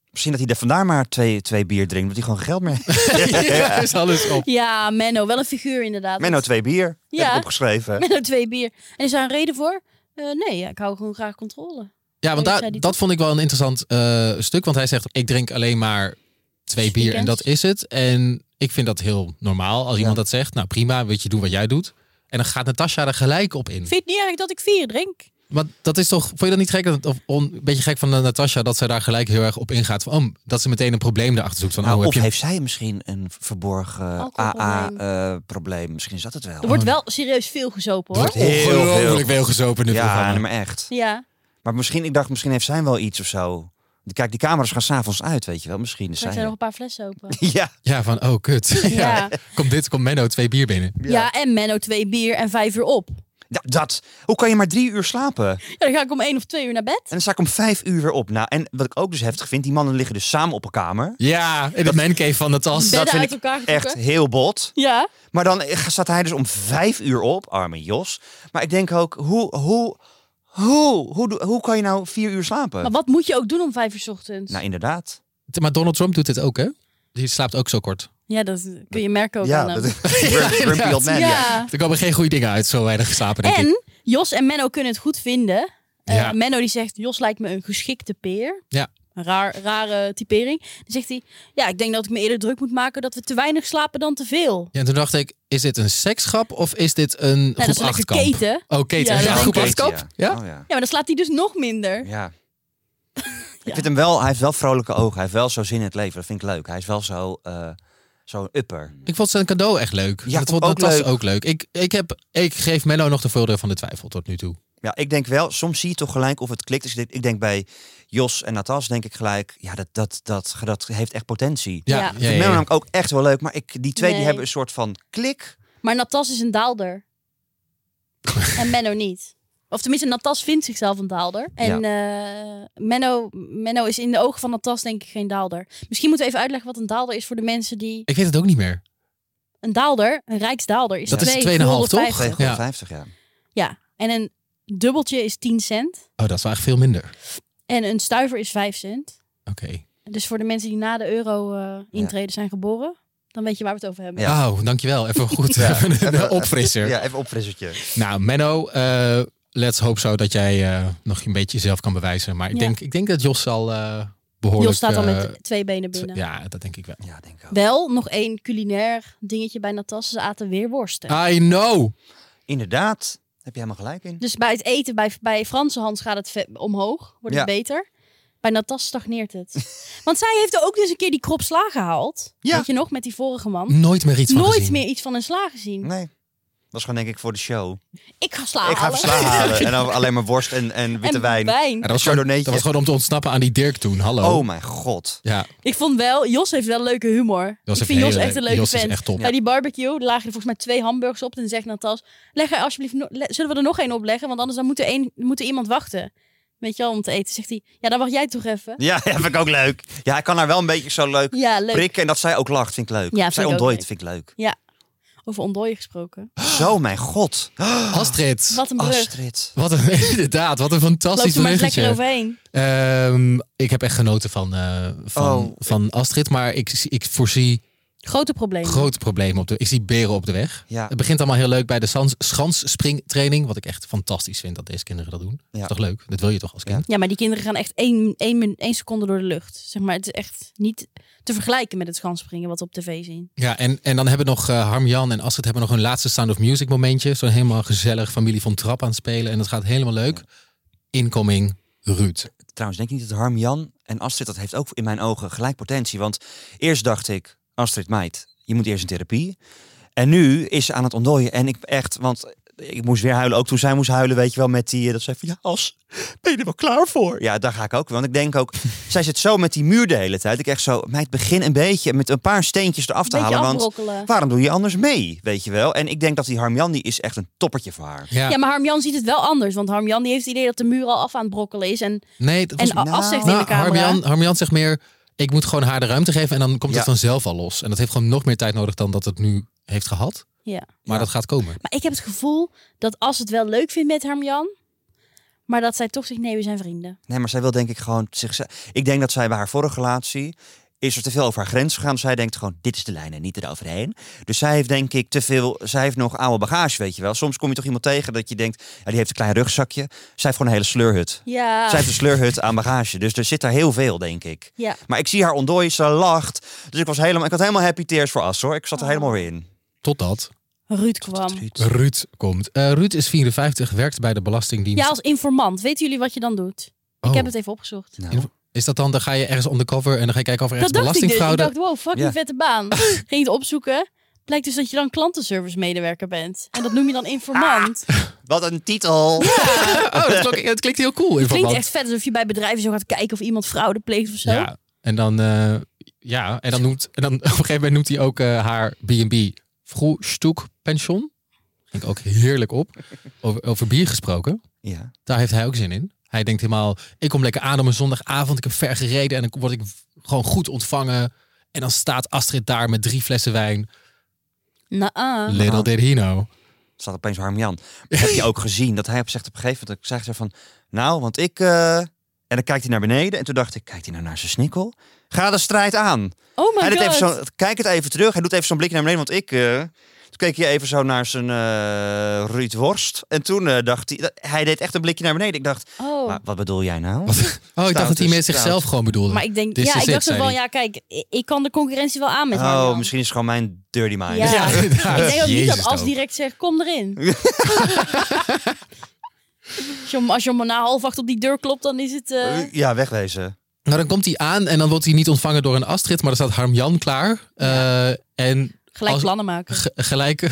Speaker 3: Misschien dat hij daar vandaar maar twee, twee bier drinkt, omdat hij gewoon geld meer heeft.
Speaker 1: ja, is alles op.
Speaker 2: Ja. Menno, wel een figuur inderdaad.
Speaker 3: Menno twee bier,
Speaker 2: Ja. Nou,
Speaker 3: heb ik opgeschreven.
Speaker 2: Menno twee bier. En is daar een reden voor? Eh, nee, ja, ik hou gewoon graag controle.
Speaker 1: Ja, want
Speaker 2: Oh,
Speaker 1: daar
Speaker 2: zei die
Speaker 1: dat vond ik wel een interessant eh, stuk. Want hij zegt, ik drink alleen maar twee bier en
Speaker 2: Weekends.
Speaker 1: dat is het. En ik vind dat heel normaal. Als iemand dat zegt, nou prima, weet je, doe wat jij doet. En dan gaat Natasja er gelijk op in.
Speaker 2: Vind je het niet erg dat ik vier drink?
Speaker 1: Maar dat is toch, vond je dat niet gek? Dat- Of on- een beetje gek van eh, Natasja dat zij daar gelijk heel erg op ingaat. Van, oh, dat ze meteen een probleem erachter zoekt. Van,
Speaker 3: Nou,
Speaker 1: oh, heb
Speaker 3: of
Speaker 1: je...
Speaker 3: heeft zij misschien een verborgen
Speaker 2: Alcoholprobleem.
Speaker 3: AA-probleem? misschien is dat het wel.
Speaker 2: Er wordt wel serieus veel gezopen
Speaker 1: Er
Speaker 2: hoor.
Speaker 1: wordt
Speaker 3: Heel veel.
Speaker 1: ongelooflijk veel gezopen in dit
Speaker 3: ja,
Speaker 1: programma.
Speaker 3: nee, maar echt.
Speaker 2: Ja,
Speaker 3: Maar misschien, ik dacht, misschien heeft zij wel iets of zo. Kijk, die camera's gaan s'avonds uit, weet je wel. Misschien is
Speaker 2: er
Speaker 3: zij...
Speaker 2: zijn nog een paar flessen open.
Speaker 3: Ja,
Speaker 1: Ja, van, oh, kut. Ja.
Speaker 2: Ja.
Speaker 1: Komt dit, komt Menno twee bier binnen.
Speaker 2: Ja, en Menno twee bier en vijf uur op.
Speaker 3: ja. Ja, dat. Hoe kan je maar drie uur slapen? En
Speaker 2: Ja, dan ga ik om één of twee uur naar bed.
Speaker 3: dan sta ik om vijf uur weer op. Nou, en wat ik ook dus heftig vind, die mannen liggen dus samen op een kamer.
Speaker 1: Ja, in de mancave van Natas.
Speaker 2: Bedden
Speaker 3: vind
Speaker 2: uit
Speaker 3: ik
Speaker 2: elkaar getrokken.
Speaker 3: Echt heel bot.
Speaker 2: Ja.
Speaker 3: Maar dan eh, staat hij dus om vijf uur op, arme Jos. Maar ik denk ook, hoe, hoe, hoe, hoe, doe- hoe kan je nou vier uur slapen?
Speaker 2: Maar wat moet je ook doen om vijf uur 's ochtends?
Speaker 3: Nou, inderdaad.
Speaker 1: Maar Donald Trump doet dit ook, hè? Die slaapt ook zo kort.
Speaker 2: Ja, dat kun je merken ook
Speaker 3: ja,
Speaker 2: aan hem.
Speaker 3: dat grumpy old man. ja.
Speaker 2: eh, ja.
Speaker 1: Er komen geen goede dingen uit, zo weinig geslapen, denk ik.
Speaker 2: En Jos en Menno kunnen het goed vinden. Eh,
Speaker 1: Ja.
Speaker 2: Menno die zegt, Jos lijkt me een geschikte peer.
Speaker 1: Ja.
Speaker 2: Een Raar, rare typering. Dan zegt hij, ja, ik denk dat ik me eerder druk moet maken dat we te weinig slapen dan te veel.
Speaker 1: Ja, en toen dacht ik, is dit een seksgrap of is dit een
Speaker 2: Nou, dat
Speaker 1: groep
Speaker 2: is een lekker
Speaker 1: achtkamp?
Speaker 2: keten.
Speaker 1: Oh, keten.
Speaker 2: Ja,
Speaker 1: Ja,
Speaker 2: dat
Speaker 1: groep
Speaker 2: denk ik.
Speaker 1: achtkamp? Ja?
Speaker 3: Oh, ja.
Speaker 2: Ja, maar dan slaapt hij dus nog minder.
Speaker 3: Ja. Ik vind hem wel, hij heeft wel vrolijke ogen. Hij heeft wel zo zin in het leven. Dat vind ik leuk. Hij is wel zo, eh zo upper.
Speaker 1: Ik vond zijn cadeau echt leuk.
Speaker 3: Ja,
Speaker 1: dat
Speaker 3: vond
Speaker 1: vond
Speaker 3: ik ook
Speaker 1: Natas
Speaker 3: leuk.
Speaker 1: ook leuk. Ik, ik, heb, ik geef Menno nog de voordeel van de twijfel tot nu toe.
Speaker 3: Ja, ik denk wel, soms zie je toch gelijk of het klikt. Dus ik denk, ik denk bij Jos en Natas denk ik gelijk, ja, dat, dat, dat, dat heeft echt potentie. Dus
Speaker 1: Ja,
Speaker 2: Ja.
Speaker 1: ja,
Speaker 2: Ik
Speaker 1: ja,
Speaker 3: Ik
Speaker 1: ja.
Speaker 3: ben namelijk ook echt wel leuk, maar ik, die twee die
Speaker 2: Nee.
Speaker 3: hebben een soort van klik.
Speaker 2: Maar Natas is een daalder. en Menno niet. Of tenminste, Natas vindt zichzelf een daalder. En eh, Menno, Menno is in de ogen van Natas denk ik geen daalder. Misschien moeten we even uitleggen wat een daalder is voor de mensen die...
Speaker 1: Ik weet het ook niet meer.
Speaker 2: Een daalder, een rijksdaalder, is
Speaker 1: Dat is
Speaker 2: 2,
Speaker 1: 2,5 toch?
Speaker 2: 250.
Speaker 3: 250, ja.
Speaker 2: Ja, en een dubbeltje is 10 cent.
Speaker 1: Oh, dat is wel echt veel minder.
Speaker 2: En een stuiver is 5 cent.
Speaker 1: Oké.
Speaker 2: Dus voor de mensen die na de euro eh intreden zijn geboren, dan weet je waar we het over hebben.
Speaker 3: Ja.
Speaker 1: Oh, dankjewel. Even goed
Speaker 3: Ja.
Speaker 1: even een
Speaker 3: Even-
Speaker 1: opfrisser.
Speaker 3: Ja, even opfrissertje.
Speaker 1: Nou, Menno, eh, let's hope zo dat jij eh, nog een beetje jezelf kan bewijzen. Maar ik,
Speaker 2: Ja.
Speaker 1: denk, ik denk dat Jos al eh, behoorlijk...
Speaker 2: Jos staat al
Speaker 1: eh,
Speaker 2: met twee benen binnen.
Speaker 1: Ja, dat denk ik wel.
Speaker 3: Ja, denk ik ook.
Speaker 2: Wel nog één culinair dingetje bij Natas. Ze aten weer worsten.
Speaker 1: I know.
Speaker 3: Inderdaad, heb je helemaal gelijk in.
Speaker 2: Dus bij het eten, bij, bij Franse Hans gaat het ve- omhoog. Wordt het
Speaker 3: Ja.
Speaker 2: beter. Bij Natas stagneert het. Want zij heeft er ook dus een keer die krop sla gehaald.
Speaker 3: Ja.
Speaker 2: Weet je nog, met die vorige man.
Speaker 1: Nooit meer iets van
Speaker 2: Nooit
Speaker 1: gezien.
Speaker 2: meer iets van een sla gezien.
Speaker 3: Nee, dat is gewoon denk ik voor de show.
Speaker 2: Ik ga sla
Speaker 3: Ik ga even
Speaker 2: halen.
Speaker 3: sla halen en dan alleen maar worst en, en witte
Speaker 2: Ah, En
Speaker 3: wijn.
Speaker 1: Ja, dat, was gewoon, dat
Speaker 3: Chardonnaytje.
Speaker 1: was gewoon om te ontsnappen aan die Dirk toen. Hallo.
Speaker 3: Oh mijn god.
Speaker 1: Ja,
Speaker 2: Ik vond wel, Jos heeft wel leuke humor.
Speaker 1: Jos
Speaker 2: ik
Speaker 1: heeft
Speaker 2: vind Jos
Speaker 1: hele-
Speaker 2: echt een leuke
Speaker 1: Jos is
Speaker 2: vent.
Speaker 1: echt top.
Speaker 2: Bij die barbecue lagen er volgens mij twee hamburgers op. En zegt Natas, leg er alsjeblieft, no- le- zullen we er nog één opleggen? Want anders dan moet, er één, moet er iemand wachten. Weet je wel, om te eten. Zegt hij, ja dan wacht jij toch even.
Speaker 3: Ja, dat vind ik ook leuk. Ja, hij kan haar wel een beetje zo leuk
Speaker 2: Ja, leuk.
Speaker 3: prikken. En dat zij ook lacht, vind ik leuk.
Speaker 2: Ja, vind
Speaker 3: zij
Speaker 2: ik ook
Speaker 3: ontdooit,
Speaker 2: leuk.
Speaker 3: vind ik leuk.
Speaker 2: Over ontdooien gesproken.
Speaker 3: Zo, mijn god.
Speaker 1: Astrid.
Speaker 2: Wat een brug.
Speaker 3: Astrid.
Speaker 1: Wat een, inderdaad, wat een
Speaker 2: Loop
Speaker 1: fantastisch
Speaker 2: er maar eens
Speaker 1: bruggetje.
Speaker 2: lekker overheen.
Speaker 1: Ehm, ik heb echt genoten van, eh, van,
Speaker 3: Oh.
Speaker 1: van Astrid. Maar ik, zie- ik voorzie
Speaker 2: Grote probleem.
Speaker 1: grote problemen op de Ik zie beren op de weg.
Speaker 3: Ja.
Speaker 1: Het begint allemaal heel leuk bij de sans- schansspringtraining. Wat ik echt fantastisch vind dat deze kinderen dat doen.
Speaker 3: Ja.
Speaker 1: Dat is toch leuk? Dat wil je toch als kind?
Speaker 2: Ja, maar die kinderen gaan echt één, één, min- één seconde door de lucht. Zeg maar, het is echt niet te vergelijken met het schansspringen wat we op tv zien.
Speaker 1: Ja, en, en dan hebben nog eh Harm-Jan en Astrid hebben nog hun laatste Sound of Music momentje. Zo'n helemaal gezellig familie van Trap aan het spelen. En dat gaat helemaal leuk. Incoming Ruud.
Speaker 3: Trouwens, denk ik niet dat Harm Jan en Astrid, dat heeft ook in mijn ogen gelijk potentie. Want eerst dacht ik, Astrid meid, je moet eerst in therapie. En nu is ze aan het ontdooien. En ik echt, want ik moest weer huilen. Ook toen zij moest huilen, weet je wel, met die, eh, dat zei van, ja, As, ben je er wel klaar voor? Ja, daar ga ik ook. Want ik denk ook, zij zit zo met die muur de hele tijd. Ik echt zo, meid, begin een beetje met een paar steentjes eraf te
Speaker 2: Een beetje
Speaker 3: halen. Want
Speaker 2: afbrokkelen.
Speaker 3: waarom doe je anders mee, weet je wel? En ik denk dat die Harmjan, die is echt een toppertje voor haar.
Speaker 1: Ja,
Speaker 2: Ja, maar Harmjan ziet het wel anders. Want Harmjan die heeft het idee dat de muur al af aan het brokkelen is. En,
Speaker 1: nee, dat was
Speaker 2: en As zegt in de
Speaker 1: Nou,
Speaker 2: camera...
Speaker 1: Harmian, Harmian zegt meer, ik moet gewoon haar de ruimte geven en dan komt het
Speaker 3: Ja.
Speaker 1: vanzelf al los. En dat heeft gewoon nog meer tijd nodig dan dat het nu heeft gehad.
Speaker 2: Ja.
Speaker 1: Maar dat gaat komen.
Speaker 2: Maar ik heb het gevoel dat As het wel leuk vindt met Harmjan... maar dat zij toch zegt, nee, we zijn vrienden.
Speaker 3: Nee, maar zij wil denk ik gewoon zichzelf... Ik denk dat zij bij haar vorige relatie... Is er te veel over haar grens gegaan. Zij denkt gewoon, dit is de lijn en niet eroverheen. Dus zij heeft denk ik te veel... Zij heeft nog oude bagage, weet je wel. Soms kom je toch iemand tegen dat je denkt... Ja, die heeft een klein rugzakje. Zij heeft gewoon een hele sleurhut.
Speaker 2: Ja.
Speaker 3: Zij heeft een sleurhut aan bagage. Dus er zit daar heel veel, denk ik.
Speaker 2: ja.
Speaker 3: Maar ik zie haar ontdooien, ze lacht. Dus ik was helemaal... Ik had helemaal happy tears voor As, hoor. Ik zat er
Speaker 2: Oh.
Speaker 3: helemaal weer in.
Speaker 1: Totdat
Speaker 2: Ruud kwam.
Speaker 3: Ruud.
Speaker 1: Ruud komt. Eh, Ruud is 54, werkt bij de Belastingdienst.
Speaker 2: Ja, als informant. Weten jullie wat je dan doet?
Speaker 1: Oh,
Speaker 2: Ik heb het even opgezocht.
Speaker 3: Nou.
Speaker 1: Info- Is dat dan, dan ga je ergens undercover en dan ga je kijken of er
Speaker 2: Dat
Speaker 1: ergens
Speaker 2: dacht ik dus. Ik
Speaker 1: belastingfraude...
Speaker 2: dacht, wow, fucking
Speaker 3: Ja.
Speaker 2: vette baan. Ging het opzoeken. Blijkt dus dat je dan klantenservice medewerker bent. En dat noem je dan
Speaker 1: Ah.
Speaker 2: informant.
Speaker 3: Wat een titel!
Speaker 1: Oh, dat klonk- het klinkt heel cool. in
Speaker 2: Klinkt
Speaker 1: verband.
Speaker 2: echt vet alsof je bij bedrijven zo gaat kijken of iemand fraude pleegt of zo.
Speaker 1: Ja, en dan, eh, ja, en dan noemt, en dan op een gegeven moment noemt hij ook eh, haar B&B Vroegstoekpension. Denk ook heerlijk op. Over, over bier gesproken.
Speaker 3: Ja.
Speaker 1: Daar heeft hij ook zin in. Hij denkt helemaal, ik kom lekker aan op een zondagavond. Ik heb ver gereden en dan word ik gewoon goed ontvangen. En dan staat Astrid daar met drie flessen wijn.
Speaker 2: Nou,
Speaker 1: Little did he know.
Speaker 3: Er staat opeens Harmian. Heb je ook gezien dat hij op zegt op een gegeven moment, ik zeg zo van, nou, want ik... eh, En dan kijkt hij naar beneden en toen dacht ik, kijkt hij nou naar zijn snikkel? Ga de strijd aan.
Speaker 2: oh my
Speaker 3: hij doet
Speaker 2: god.
Speaker 3: even zo, kijk het even terug. Hij doet even zo'n blikje naar beneden, want ik... eh, toen keek je even zo naar zijn eh Ruud Worst. En toen eh, dacht hij... dat- Hij deed echt een blikje naar beneden. Ik dacht,
Speaker 2: oh.
Speaker 1: Ah.
Speaker 3: maar wat bedoel jij nou?
Speaker 1: Oh, ik dacht dat hij
Speaker 3: is
Speaker 1: met zichzelf
Speaker 3: stout.
Speaker 1: gewoon bedoelde.
Speaker 2: Maar ik denk,
Speaker 1: This
Speaker 2: ja,
Speaker 1: is
Speaker 2: ik
Speaker 1: it,
Speaker 2: dacht zo
Speaker 1: zei
Speaker 2: van,
Speaker 1: hij.
Speaker 2: ja, kijk, i- ik kan de concurrentie wel aan met
Speaker 3: oh,
Speaker 2: Harmian.
Speaker 3: misschien is het gewoon mijn dirty mind.
Speaker 2: Ja.
Speaker 1: inderdaad.
Speaker 2: Ik denk ook niet
Speaker 1: Ah, Jezus oh.
Speaker 2: dat As
Speaker 1: ook.
Speaker 2: direct zegt, kom erin. als, je, om- als je om na half acht op die deur klopt, dan is het... eh,
Speaker 3: Eh, Ja, wegwezen.
Speaker 1: Nou, dan komt hij aan en dan wordt hij niet ontvangen door een Astrid, maar dan staat Harmjan klaar. Eh, en
Speaker 2: Gelijk
Speaker 1: Als-
Speaker 2: plannen maken.
Speaker 1: ge- gelijk,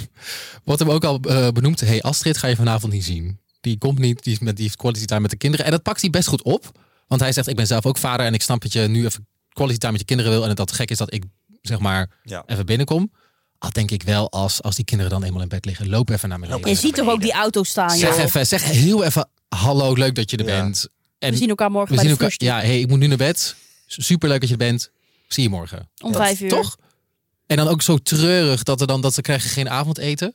Speaker 1: wat hem ook al eh, benoemd, hey Astrid ga je vanavond niet zien. Die komt niet, die, is met, die heeft quality time met de kinderen. En dat pakt hij best goed op, want hij zegt ik ben zelf ook vader en ik snap dat je nu even quality time met je kinderen wil. En dat het gek is dat ik zeg maar
Speaker 3: Ja.
Speaker 1: even binnenkom. Al denk ik wel, als, als die kinderen dan eenmaal in bed liggen, loop even naar beneden.
Speaker 3: Loop
Speaker 2: Je
Speaker 3: even.
Speaker 2: ziet toch ook die auto staan, joh.
Speaker 1: Zeg even, zeg heel even hallo, leuk dat je er
Speaker 3: Ja.
Speaker 1: bent. En
Speaker 2: We zien elkaar morgen
Speaker 1: we
Speaker 2: bij
Speaker 1: zien
Speaker 2: de
Speaker 1: elkaar.
Speaker 2: frühstück.
Speaker 1: Ja, hey, ik moet nu naar bed. Superleuk dat je er bent. Zie je morgen.
Speaker 2: Om vijf uur.
Speaker 1: Toch? En dan ook zo treurig dat, er dan, dat ze krijgen geen avondeten.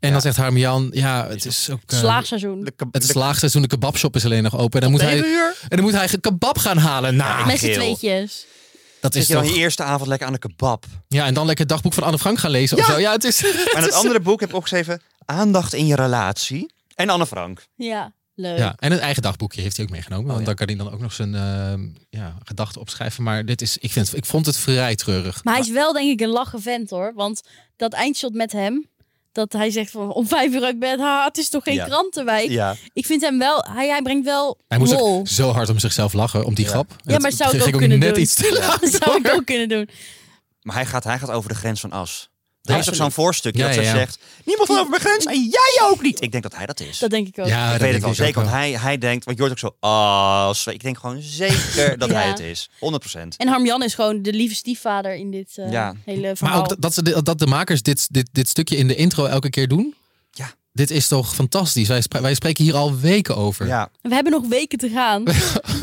Speaker 1: En dan zegt Harmian, ja, het is ook... eh,
Speaker 2: Slaagseizoen.
Speaker 3: De kab-
Speaker 1: het is
Speaker 3: de-
Speaker 1: laagseizoen, de kebabshop is alleen nog open. En dan moet hij,
Speaker 3: Negen uur?
Speaker 1: en dan moet hij een kebab gaan halen. Nou,
Speaker 2: Met z'n
Speaker 3: geel.
Speaker 2: tweetjes.
Speaker 1: dat
Speaker 3: Zit
Speaker 1: is
Speaker 3: je dan
Speaker 1: toch...
Speaker 3: je eerste avond lekker aan de kebab.
Speaker 1: Ja, en dan lekker het dagboek van Anne Frank gaan lezen of zo. Ja, het is...
Speaker 3: Maar in het andere boek heb ik opgeschreven... Aandacht in je relatie. En Anne Frank.
Speaker 2: Ja, leuk.
Speaker 1: Ja, en een eigen dagboekje heeft hij ook meegenomen. Want
Speaker 3: ja.
Speaker 1: dan kan hij dan ook nog zijn ehm, ja, gedachten opschrijven. Maar dit is, ik, vind, ik vond het vrij treurig.
Speaker 2: Maar hij is wel denk ik een lachen vent hoor. Want dat eindshot met hem. Dat hij zegt van om vijf uur uit bed. Ha, het is toch geen
Speaker 3: Ja.
Speaker 2: krantenwijk.
Speaker 3: Ja.
Speaker 2: Ik vind hem wel. Hij, hij brengt wel
Speaker 1: Hij moest
Speaker 2: lol.
Speaker 1: ook zo hard om zichzelf lachen, om die
Speaker 3: Ja.
Speaker 1: grap. En
Speaker 2: Ja,
Speaker 1: dat
Speaker 2: maar zou ik
Speaker 1: ging
Speaker 2: ook kunnen
Speaker 1: net
Speaker 2: doen.
Speaker 1: iets te laat
Speaker 2: Dat zou ik
Speaker 1: door.
Speaker 2: ook kunnen doen.
Speaker 3: Maar hij gaat, hij gaat over de grens van As. Er
Speaker 1: Ja,
Speaker 3: is ook zo'n
Speaker 1: absoluut.
Speaker 3: voorstukje
Speaker 1: Ja,
Speaker 3: dat
Speaker 1: ja,
Speaker 3: ze
Speaker 1: ja.
Speaker 3: zegt... Niemand wil over mijn grens en jij ook niet. Ik denk dat hij dat is.
Speaker 2: Dat denk ik ook.
Speaker 1: Ja,
Speaker 3: ik
Speaker 1: dat
Speaker 3: weet
Speaker 1: denk
Speaker 3: het wel
Speaker 1: ik
Speaker 3: zeker,
Speaker 1: ook wel.
Speaker 3: want hij, hij denkt... Want je hoort ook zo... As. Ik denk gewoon zeker dat
Speaker 2: Ja.
Speaker 3: hij het is. 100 procent.
Speaker 2: En Harmjan is gewoon de lieve stiefvader in dit eh,
Speaker 3: Ja.
Speaker 2: hele
Speaker 1: Maar
Speaker 2: verhaal.
Speaker 1: ook dat- dat, ze, de- dat de makers dit, dit, dit stukje in de intro elke keer doen.
Speaker 3: Ja.
Speaker 1: Dit is toch fantastisch. Wij, spra- wij spreken hier al weken over.
Speaker 3: Ja.
Speaker 2: We hebben nog weken te gaan.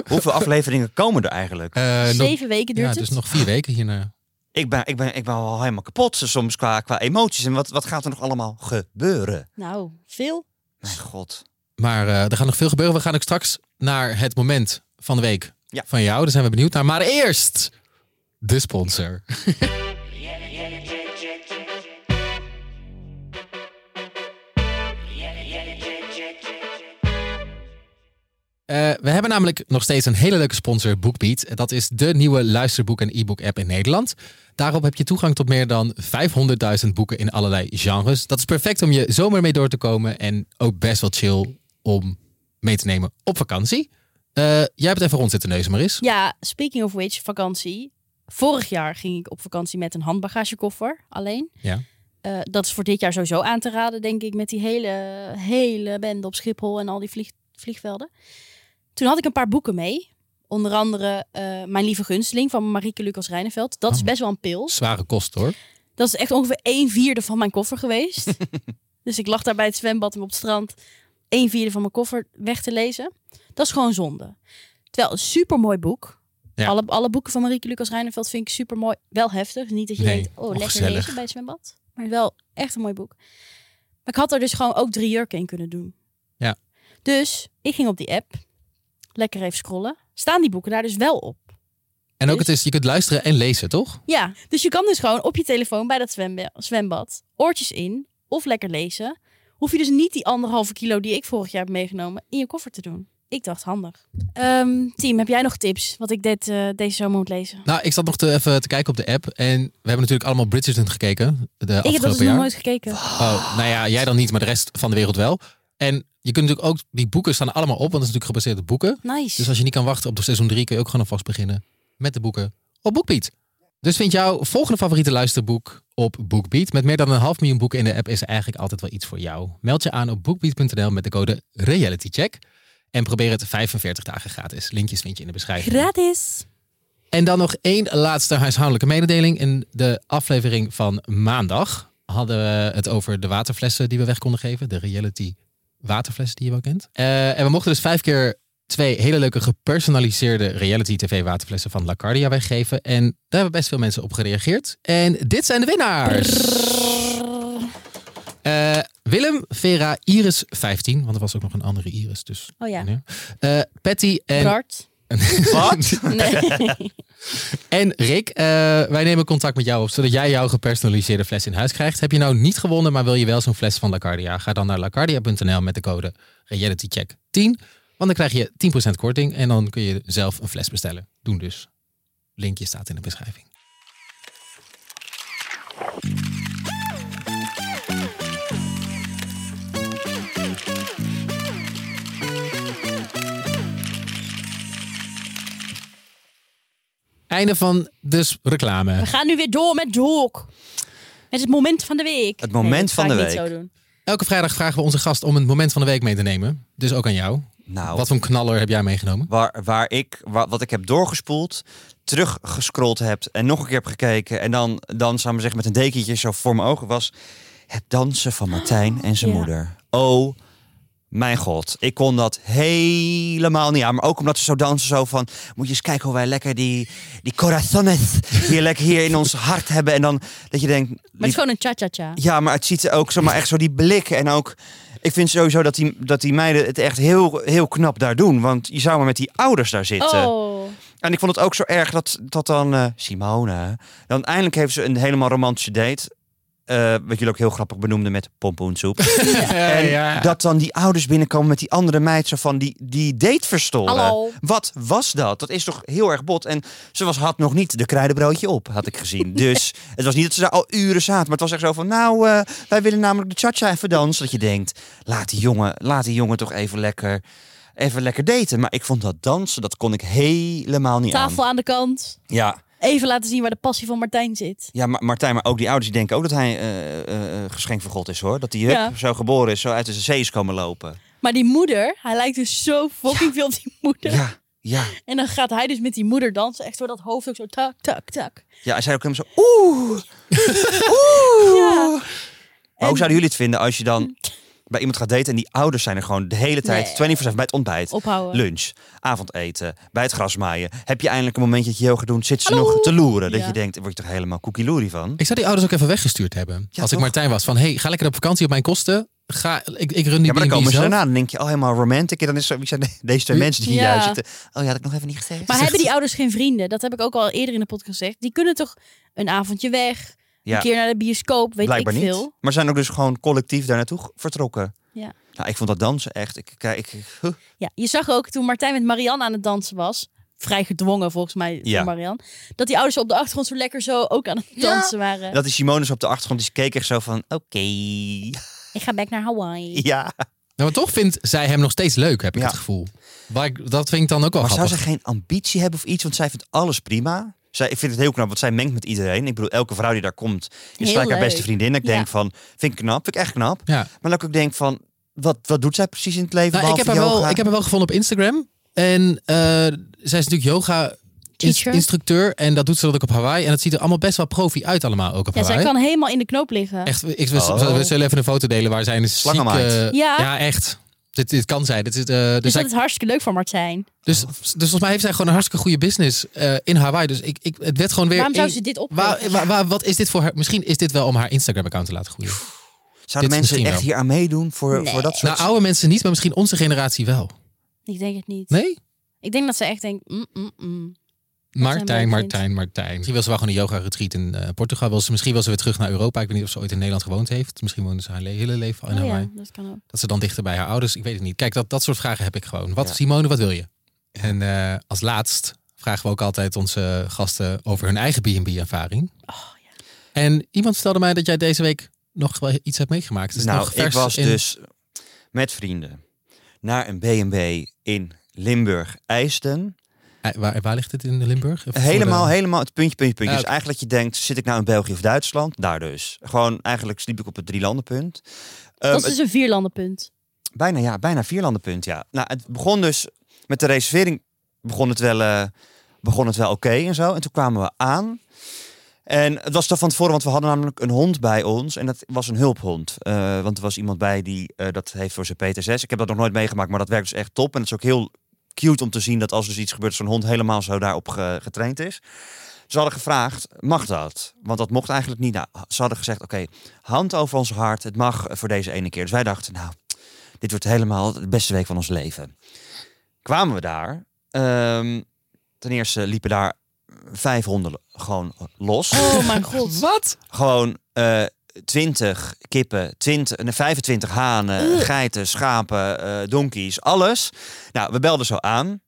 Speaker 3: Hoeveel afleveringen komen er eigenlijk?
Speaker 1: Eh, nog-
Speaker 2: Zeven weken duurt
Speaker 1: ja,
Speaker 2: het.
Speaker 1: dus nog vier weken hierna.
Speaker 3: Ik ben, ik, ben, ik ben wel helemaal kapot dus soms qua, qua emoties. En wat, wat gaat er nog allemaal gebeuren?
Speaker 2: Nou, veel.
Speaker 3: Mijn god.
Speaker 1: Maar eh, er gaat nog veel gebeuren. We gaan ook straks naar het moment van de week
Speaker 3: Ja.
Speaker 1: van jou. Daar zijn we benieuwd naar. Maar eerst de sponsor. Eh, we hebben namelijk nog steeds een hele leuke sponsor, BookBeat. Dat is de nieuwe luisterboek- en e-book-app in Nederland. Daarop heb je toegang tot meer dan 500.000 boeken in allerlei genres. Dat is perfect om je zomer mee door te komen en ook best wel chill om mee te nemen op vakantie. Eh, jij hebt even rond zitten neuzen, maar eens.
Speaker 2: Ja, speaking of which, vakantie. Vorig jaar ging ik op vakantie met een handbagagekoffer alleen.
Speaker 1: Ja.
Speaker 2: Eh, dat is voor dit jaar sowieso aan te raden, denk ik, met die hele, hele bende op Schiphol en al die vlieg, vliegvelden. Toen had ik een paar boeken mee. Onder andere eh, Mijn Lieve Gunsteling van Marieke Lucas Rijneveld. Dat is
Speaker 1: Oh.
Speaker 2: best wel een pil.
Speaker 1: Zware kost hoor.
Speaker 2: Dat is echt ongeveer een vierde van mijn koffer geweest. dus ik lag daar bij het zwembad en op het strand. Een vierde van mijn koffer weg te lezen. Dat is gewoon zonde. Terwijl, een supermooi boek.
Speaker 1: Ja.
Speaker 2: Alle, alle boeken van Marieke Lucas Rijneveld vind ik supermooi. Wel heftig. Niet dat je
Speaker 1: Nee,
Speaker 2: denkt, oh, lekker
Speaker 1: ongezellig.
Speaker 2: lezen bij het zwembad. Maar wel echt een mooi boek. Maar ik had er dus gewoon ook drie jurken in kunnen doen.
Speaker 1: Ja.
Speaker 2: Dus ik ging op die app. Lekker even scrollen. Staan die boeken daar dus wel op?
Speaker 1: En ook
Speaker 2: Dus-
Speaker 1: het is, je kunt luisteren en lezen, toch?
Speaker 2: Ja, dus je kan dus gewoon op je telefoon bij dat zwembe- zwembad oortjes in of lekker lezen. Hoef je dus niet die anderhalve kilo die ik vorig jaar heb meegenomen in je koffer te doen. Ik dacht handig. Ehm team, heb jij nog tips wat ik dit, eh, deze zomer moet lezen?
Speaker 1: Nou, ik zat nog te, even te kijken op de app. En we hebben natuurlijk allemaal Bridgerton gekeken. De
Speaker 2: ik heb dat
Speaker 1: afgelopen
Speaker 2: dus
Speaker 1: jaar.
Speaker 2: nog nooit gekeken.
Speaker 1: Oh, nou ja, jij dan niet, maar de rest van de wereld wel. En je kunt natuurlijk ook, die boeken staan er allemaal op, want het is natuurlijk gebaseerd op boeken.
Speaker 2: Nice.
Speaker 1: Dus als je niet kan wachten op de seizoen 3, kun je ook gewoon alvast beginnen met de boeken op BookBeat. Dus vind jouw volgende favoriete luisterboek op BookBeat. Met meer dan een half miljoen boeken in de app is er eigenlijk altijd wel iets voor jou. Meld je aan op bookbeat.nl met de code realitycheck. En probeer het 45 dagen gratis. Linkjes vind je in de beschrijving.
Speaker 2: Gratis.
Speaker 1: En dan nog één laatste huishoudelijke mededeling. In de aflevering van maandag hadden we het over de waterflessen die we weg konden geven. De reality waterflessen die je wel kent. Eh, en we mochten dus vijf keer twee hele leuke gepersonaliseerde reality tv waterflessen van LaCardia weggeven. En daar hebben best veel mensen op gereageerd. En dit zijn de winnaars. Eh, Willem, Vera, Iris 15. Want er was ook nog een andere Iris. Dus,
Speaker 2: Oh ja.
Speaker 1: ja. Eh, Patty en
Speaker 2: Bart?
Speaker 3: Wat?
Speaker 2: Nee.
Speaker 1: En Rick, eh, wij nemen contact met jou op, zodat jij jouw gepersonaliseerde fles in huis krijgt. Heb je nou niet gewonnen, maar wil je wel zo'n fles van Lacardia? Ga dan naar lacardia.nl met de code realitycheck10. Want dan krijg je 10% korting en dan kun je zelf een fles bestellen. Doen dus. Linkje staat in de beschrijving. Einde van dus reclame.
Speaker 2: We gaan nu weer door met Jok. Het is het moment van de week.
Speaker 3: Het moment
Speaker 2: dat
Speaker 3: van
Speaker 2: ga
Speaker 3: de
Speaker 2: ik
Speaker 3: week.
Speaker 2: Niet zo doen.
Speaker 1: Elke vrijdag vragen we onze gast om een moment van de week mee te nemen. Dus ook aan jou.
Speaker 3: Nou,
Speaker 1: Wat voor een knaller heb jij meegenomen?
Speaker 3: waar, waar ik, wa- wat ik heb doorgespoeld, teruggescrolld heb en nog een keer heb gekeken. En dan, dan zou ik maar zeggen, met een dekentje zo voor mijn ogen was het dansen van Martijn en zijn
Speaker 2: Ja.
Speaker 3: moeder. Oh mijn god, ik kon dat helemaal niet aan. Maar ook omdat ze zo dansen, zo van, moet je eens kijken hoe wij lekker die, die corazones hier lekker hier in ons hart hebben. En dan dat je denkt,
Speaker 2: Maar het is gewoon een cha-cha-cha.
Speaker 3: ja, maar het ziet er ook zomaar echt zo die blikken en ook. Ik vind sowieso dat die, dat die meiden het echt heel, heel knap daar doen. Want je zou maar met die ouders daar zitten.
Speaker 2: Oh.
Speaker 3: En ik vond het ook zo erg dat, dat dan eh, Simone... Dan eindelijk heeft ze een helemaal romantische date. eh, wat jullie ook heel grappig benoemden met pompoensoep. en dat dan die ouders binnenkomen met die andere meid zo van die, die date verstoren.
Speaker 2: Hallo.
Speaker 3: Wat was dat? Dat is toch heel erg bot. En ze was, had nog niet de kruidenbroodje op, had ik gezien. Dus het was niet dat ze daar al uren zaten. Maar het was echt zo van, nou, eh, wij willen namelijk de cha-cha even dansen. Dat je denkt, laat die jongen, laat die jongen toch even lekker, even lekker daten. Maar ik vond dat dansen, dat kon ik helemaal niet
Speaker 2: Tafel aan de kant.
Speaker 3: aan. Ja.
Speaker 2: Even laten zien waar de passie van Martijn zit.
Speaker 3: Ja, maar Martijn, maar ook die ouders die denken ook dat hij eh, eh, geschenk van God is hoor. Dat hij hup,
Speaker 2: Ja.
Speaker 3: zo geboren is, zo uit de zee is komen lopen.
Speaker 2: Maar die moeder, hij lijkt dus zo fucking veel op die moeder.
Speaker 3: Ja, ja.
Speaker 2: En dan gaat hij dus met die moeder dansen. Echt door dat hoofd ook zo tak, tak, tak.
Speaker 3: Ja, hij zei ook helemaal zo, oeh. oeh.
Speaker 2: Ja.
Speaker 3: Maar
Speaker 2: En- Mm.
Speaker 3: hoe zouden jullie het vinden als je dan bij iemand gaat daten en die ouders zijn er gewoon de hele tijd, 24/7 bij het ontbijt,
Speaker 2: Ophouden.
Speaker 3: lunch, avondeten, bij het grasmaaien. Heb je eindelijk een momentje dat je heel gaat doen, zit ze
Speaker 2: Hallo.
Speaker 3: nog te loeren. Dat
Speaker 2: Ja.
Speaker 3: je denkt, word je toch helemaal koekie van?
Speaker 1: Ik zou die ouders ook even weggestuurd hebben.
Speaker 3: Ja,
Speaker 1: als ik
Speaker 3: toch?
Speaker 1: Martijn was. Van, hey, ga lekker op vakantie op mijn kosten. Ga, ik, ik run die
Speaker 3: Ja, maar dan
Speaker 1: B&B
Speaker 3: komen ze
Speaker 1: zelf.
Speaker 3: daarna. Dan denk je, oh, helemaal romantic. En dan is zo, wie zijn de- deze twee
Speaker 1: Ja.
Speaker 3: mensen die hier
Speaker 2: Ja.
Speaker 3: zitten? Oh ja, had ik nog even niet gezegd.
Speaker 2: Maar
Speaker 1: Zegt-
Speaker 2: hebben die ouders geen vrienden? Dat heb ik ook al eerder in de podcast gezegd. Die kunnen toch een avondje weg,
Speaker 3: Ja.
Speaker 2: een keer naar de bioscoop, weet
Speaker 3: Blijkbaar
Speaker 2: ik
Speaker 3: niet.
Speaker 2: veel.
Speaker 3: Maar zijn ook dus gewoon collectief daar naartoe ge- vertrokken.
Speaker 2: Ja.
Speaker 3: Nou, ik vond dat dansen echt. Ik, ik, ik, huh.
Speaker 2: Ja, je zag ook toen Martijn met Marianne aan het dansen was, vrij gedwongen volgens mij
Speaker 3: Ja.
Speaker 2: van Marianne, dat die ouders op de achtergrond zo lekker zo ook aan het dansen waren.
Speaker 3: Dat is Simonis op de achtergrond. Die keek echt zo van, oké,
Speaker 2: Ik ga back naar Hawaii.
Speaker 3: ja.
Speaker 1: Nou, maar toch vindt zij hem nog steeds leuk, heb ik
Speaker 3: Ja.
Speaker 1: het gevoel. Maar ik- dat vind ik dan ook wel
Speaker 3: Maar zou
Speaker 1: grappig.
Speaker 3: ze geen ambitie hebben of iets? Want zij vindt alles prima. Zij, ik vind het heel knap, want zij mengt met iedereen. Ik bedoel, elke vrouw die daar komt,
Speaker 2: Heel
Speaker 3: is gelijk haar
Speaker 2: leuk.
Speaker 3: beste vriendin. Ik
Speaker 2: Ja.
Speaker 3: denk van, vind ik knap, vind ik echt knap.
Speaker 1: Ja.
Speaker 3: Maar dat ik ook denk van, wat, wat doet zij precies in het leven?
Speaker 1: Nou, ik, heb
Speaker 3: behalve
Speaker 1: haar wel,
Speaker 3: yoga?
Speaker 1: ik heb haar wel gevonden op Instagram. En eh, zij is natuurlijk yoga inst-
Speaker 2: Teacher.
Speaker 1: instructeur. En dat doet ze dat ook op Hawaii. En dat ziet er allemaal best wel profi uit allemaal ook op
Speaker 2: Ja,
Speaker 1: Hawaii.
Speaker 2: zij kan helemaal in de knoop liggen.
Speaker 1: Echt, ik, we,
Speaker 3: Oh.
Speaker 1: we- we zullen even een foto delen waar zij een
Speaker 3: Slangenmaid.
Speaker 1: zieke-
Speaker 2: Ja.
Speaker 1: ja, echt. Dit, dit kan zij. Dit, is, eh, dus
Speaker 2: dus
Speaker 1: zij-
Speaker 2: dat is hartstikke leuk voor Martijn.
Speaker 1: Dus, dus volgens mij heeft zij gewoon een hartstikke goede business eh, in Hawaii. Dus ik, ik, het werd gewoon weer...
Speaker 2: Waarom zou
Speaker 1: één-
Speaker 2: ze dit op?
Speaker 1: eh, Waar, waar- waar- wat is dit voor haar? Misschien is dit wel om haar Instagram-account te laten groeien.
Speaker 3: Zouden
Speaker 1: dit
Speaker 3: mensen
Speaker 1: misschien
Speaker 3: echt
Speaker 1: wel.
Speaker 3: hier aan meedoen voor,
Speaker 2: Nee.
Speaker 3: voor dat soort...
Speaker 1: Nou, oude mensen niet, maar misschien onze generatie wel.
Speaker 2: Ik denk het niet.
Speaker 1: Nee?
Speaker 2: Ik denk dat ze echt denkt, mm, mm, mm.
Speaker 1: Martijn,
Speaker 2: leuk
Speaker 1: Martijn, Martijn. Misschien wil ze wel gewoon een yoga-retreat in eh, Portugal. Wil ze, misschien wil ze weer terug naar Europa. Ik weet niet of ze ooit in Nederland gewoond heeft. Misschien woonde ze haar le- hele leven al in
Speaker 2: Oh
Speaker 1: Hawaii.
Speaker 2: ja, dat kan ook.
Speaker 1: Dat ze dan dichter bij haar ouders. Ik weet het niet. Kijk, dat, dat soort vragen heb ik gewoon. Wat,
Speaker 3: Ja.
Speaker 1: Simone, wat wil je? En eh, als laatst vragen we ook altijd onze gasten over hun eigen B&B-ervaring.
Speaker 2: Oh,
Speaker 1: En iemand stelde mij dat jij deze week nog wel iets hebt meegemaakt. Dus
Speaker 3: Nou,
Speaker 1: nog
Speaker 3: ik
Speaker 1: vers
Speaker 3: was
Speaker 1: in-
Speaker 3: dus met vrienden naar een B&B in Limburg-Eisden.
Speaker 1: Eh, waar, waar ligt het in Limburg? Even voor
Speaker 3: Helemaal,
Speaker 1: de-
Speaker 3: helemaal het puntje, puntje, puntje.
Speaker 1: Ah,
Speaker 3: Dus eigenlijk dat je denkt, zit ik nou in België of Duitsland? Daar dus. Gewoon, eigenlijk sliep ik op het drielandenpunt. Ehm,
Speaker 1: Eh,
Speaker 2: dat is dus een vierlandenpunt.
Speaker 3: Bijna, ja, bijna vierlandenpunt, ja. Nou, het begon dus met de reservering begon het wel, eh, begon het wel oké en zo. En toen kwamen we aan. En het was toch van tevoren, want we hadden namelijk een hond bij ons. En dat was een hulphond. Eh, want er was iemand bij die eh, dat heeft voor zijn PTSS. Ik heb dat nog nooit meegemaakt, maar dat werkt dus echt top. En het is ook heel cute om te zien dat als er dus iets gebeurt, zo'n hond helemaal zo daarop ge- getraind is. Ze hadden gevraagd, mag dat? Want dat mocht eigenlijk niet. Nou, ze hadden gezegd, oké, hand over ons hart. Het mag voor deze ene keer. Dus wij dachten, nou, dit wordt helemaal de beste week van ons leven. Kwamen we daar. ehm, ten eerste liepen daar vijf honden lo- gewoon los.
Speaker 2: Oh mijn god.
Speaker 1: Wat?
Speaker 3: Gewoon eh 20 kippen, 20, nee, 25 hanen, geiten, schapen, eh donkies, alles. Nou, we belden zo aan.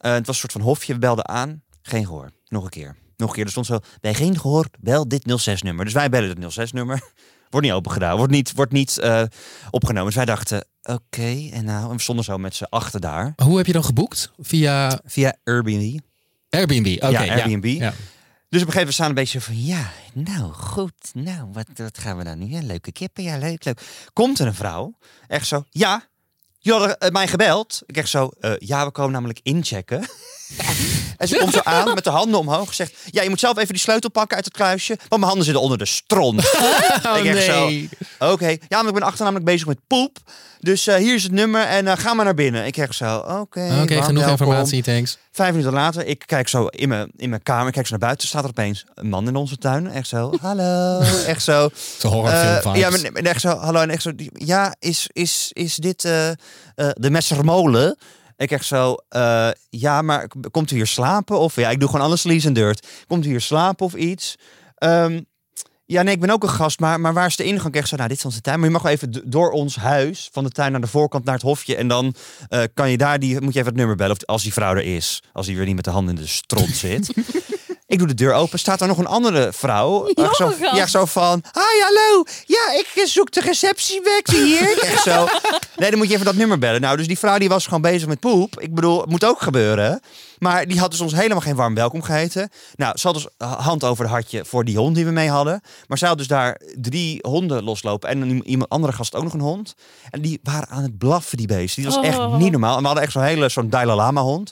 Speaker 3: Eh, het was een soort van hofje. We belden aan. Geen gehoor. Nog een keer. Nog een keer. Er stond zo, bij geen gehoor, bel dit 06-nummer. Dus wij bellen het 06-nummer. Wordt niet opengedaan. Wordt niet, wordt niet eh, opgenomen. Dus wij dachten, oké. en nou, en we stonden zo met z'n achter daar.
Speaker 1: Hoe heb je dan geboekt? Via
Speaker 3: Via Airbnb.
Speaker 1: Airbnb? Oké,
Speaker 3: ja, Airbnb.
Speaker 1: ja.
Speaker 3: Dus op een gegeven moment staan we een beetje van, ja, nou goed, nou, wat, wat gaan we dan nu? Ja, leuke kippen, ja, leuk, leuk. Komt er een vrouw, echt zo, ja, jullie hadden eh, mij gebeld. Ik echt zo, eh, ja, we komen namelijk inchecken. en ze komt zo aan met de handen omhoog, zegt, ja, je moet zelf even die sleutel pakken uit het kluisje, want mijn handen zitten onder de stront.
Speaker 1: Oh,
Speaker 3: ik echt zo,
Speaker 1: nee.
Speaker 3: Oké, ja, maar ik ben achternaamelijk bezig met poep. Dus eh, hier is het nummer en eh, ga maar naar binnen. Ik echt zo, oké.
Speaker 1: Oké,
Speaker 3: warm
Speaker 1: genoeg
Speaker 3: welkom.
Speaker 1: informatie, thanks.
Speaker 3: Vijf minuten later, ik kijk zo in mijn, in mijn kamer, ik kijk zo naar buiten. Staat er opeens een man in onze tuin. Echt zo, hallo. Echt zo.
Speaker 1: Zo horrorfilm
Speaker 3: Eh, ja, maar- maar echt zo, hallo. En echt zo, die- ja, is, is, is dit eh, eh, de Messermolen? Ik echt zo, eh, ja, maar k- komt u hier slapen? Of ja, ik doe gewoon alles lease en dirt. Komt u hier slapen of iets? Ehm, ja, nee, ik ben ook een gast, maar, maar waar is de ingang? Ik echt zo, nou, dit is onze tuin. Maar je mag wel even d- door ons huis, van de tuin naar de voorkant, naar het hofje. En dan eh, kan je daar, die, moet je even het nummer bellen. Of als die vrouw er is, als die weer niet met de handen in de stront zit. ik doe de deur open, staat er nog een andere vrouw.
Speaker 2: Nog
Speaker 3: Eh, zo,
Speaker 2: een gast.
Speaker 3: ja, zo van, hi, hallo. Ja, ik zoek de receptiewekte hier. echt zo. Nee, dan moet je even dat nummer bellen. Nou, dus die vrouw die was gewoon bezig met poep. Ik bedoel, het moet ook gebeuren. Maar die had dus ons helemaal geen warm welkom geheten. Nou, ze had dus eh, hand over het hartje voor die hond die we mee hadden. Maar zij had dus daar drie honden loslopen. En een iemand andere gast ook nog een hond. En die waren aan het blaffen, die beesten. Die was echt
Speaker 2: Oh.
Speaker 3: niet normaal. En we hadden echt zo'n hele, zo'n Dalai Lama hond.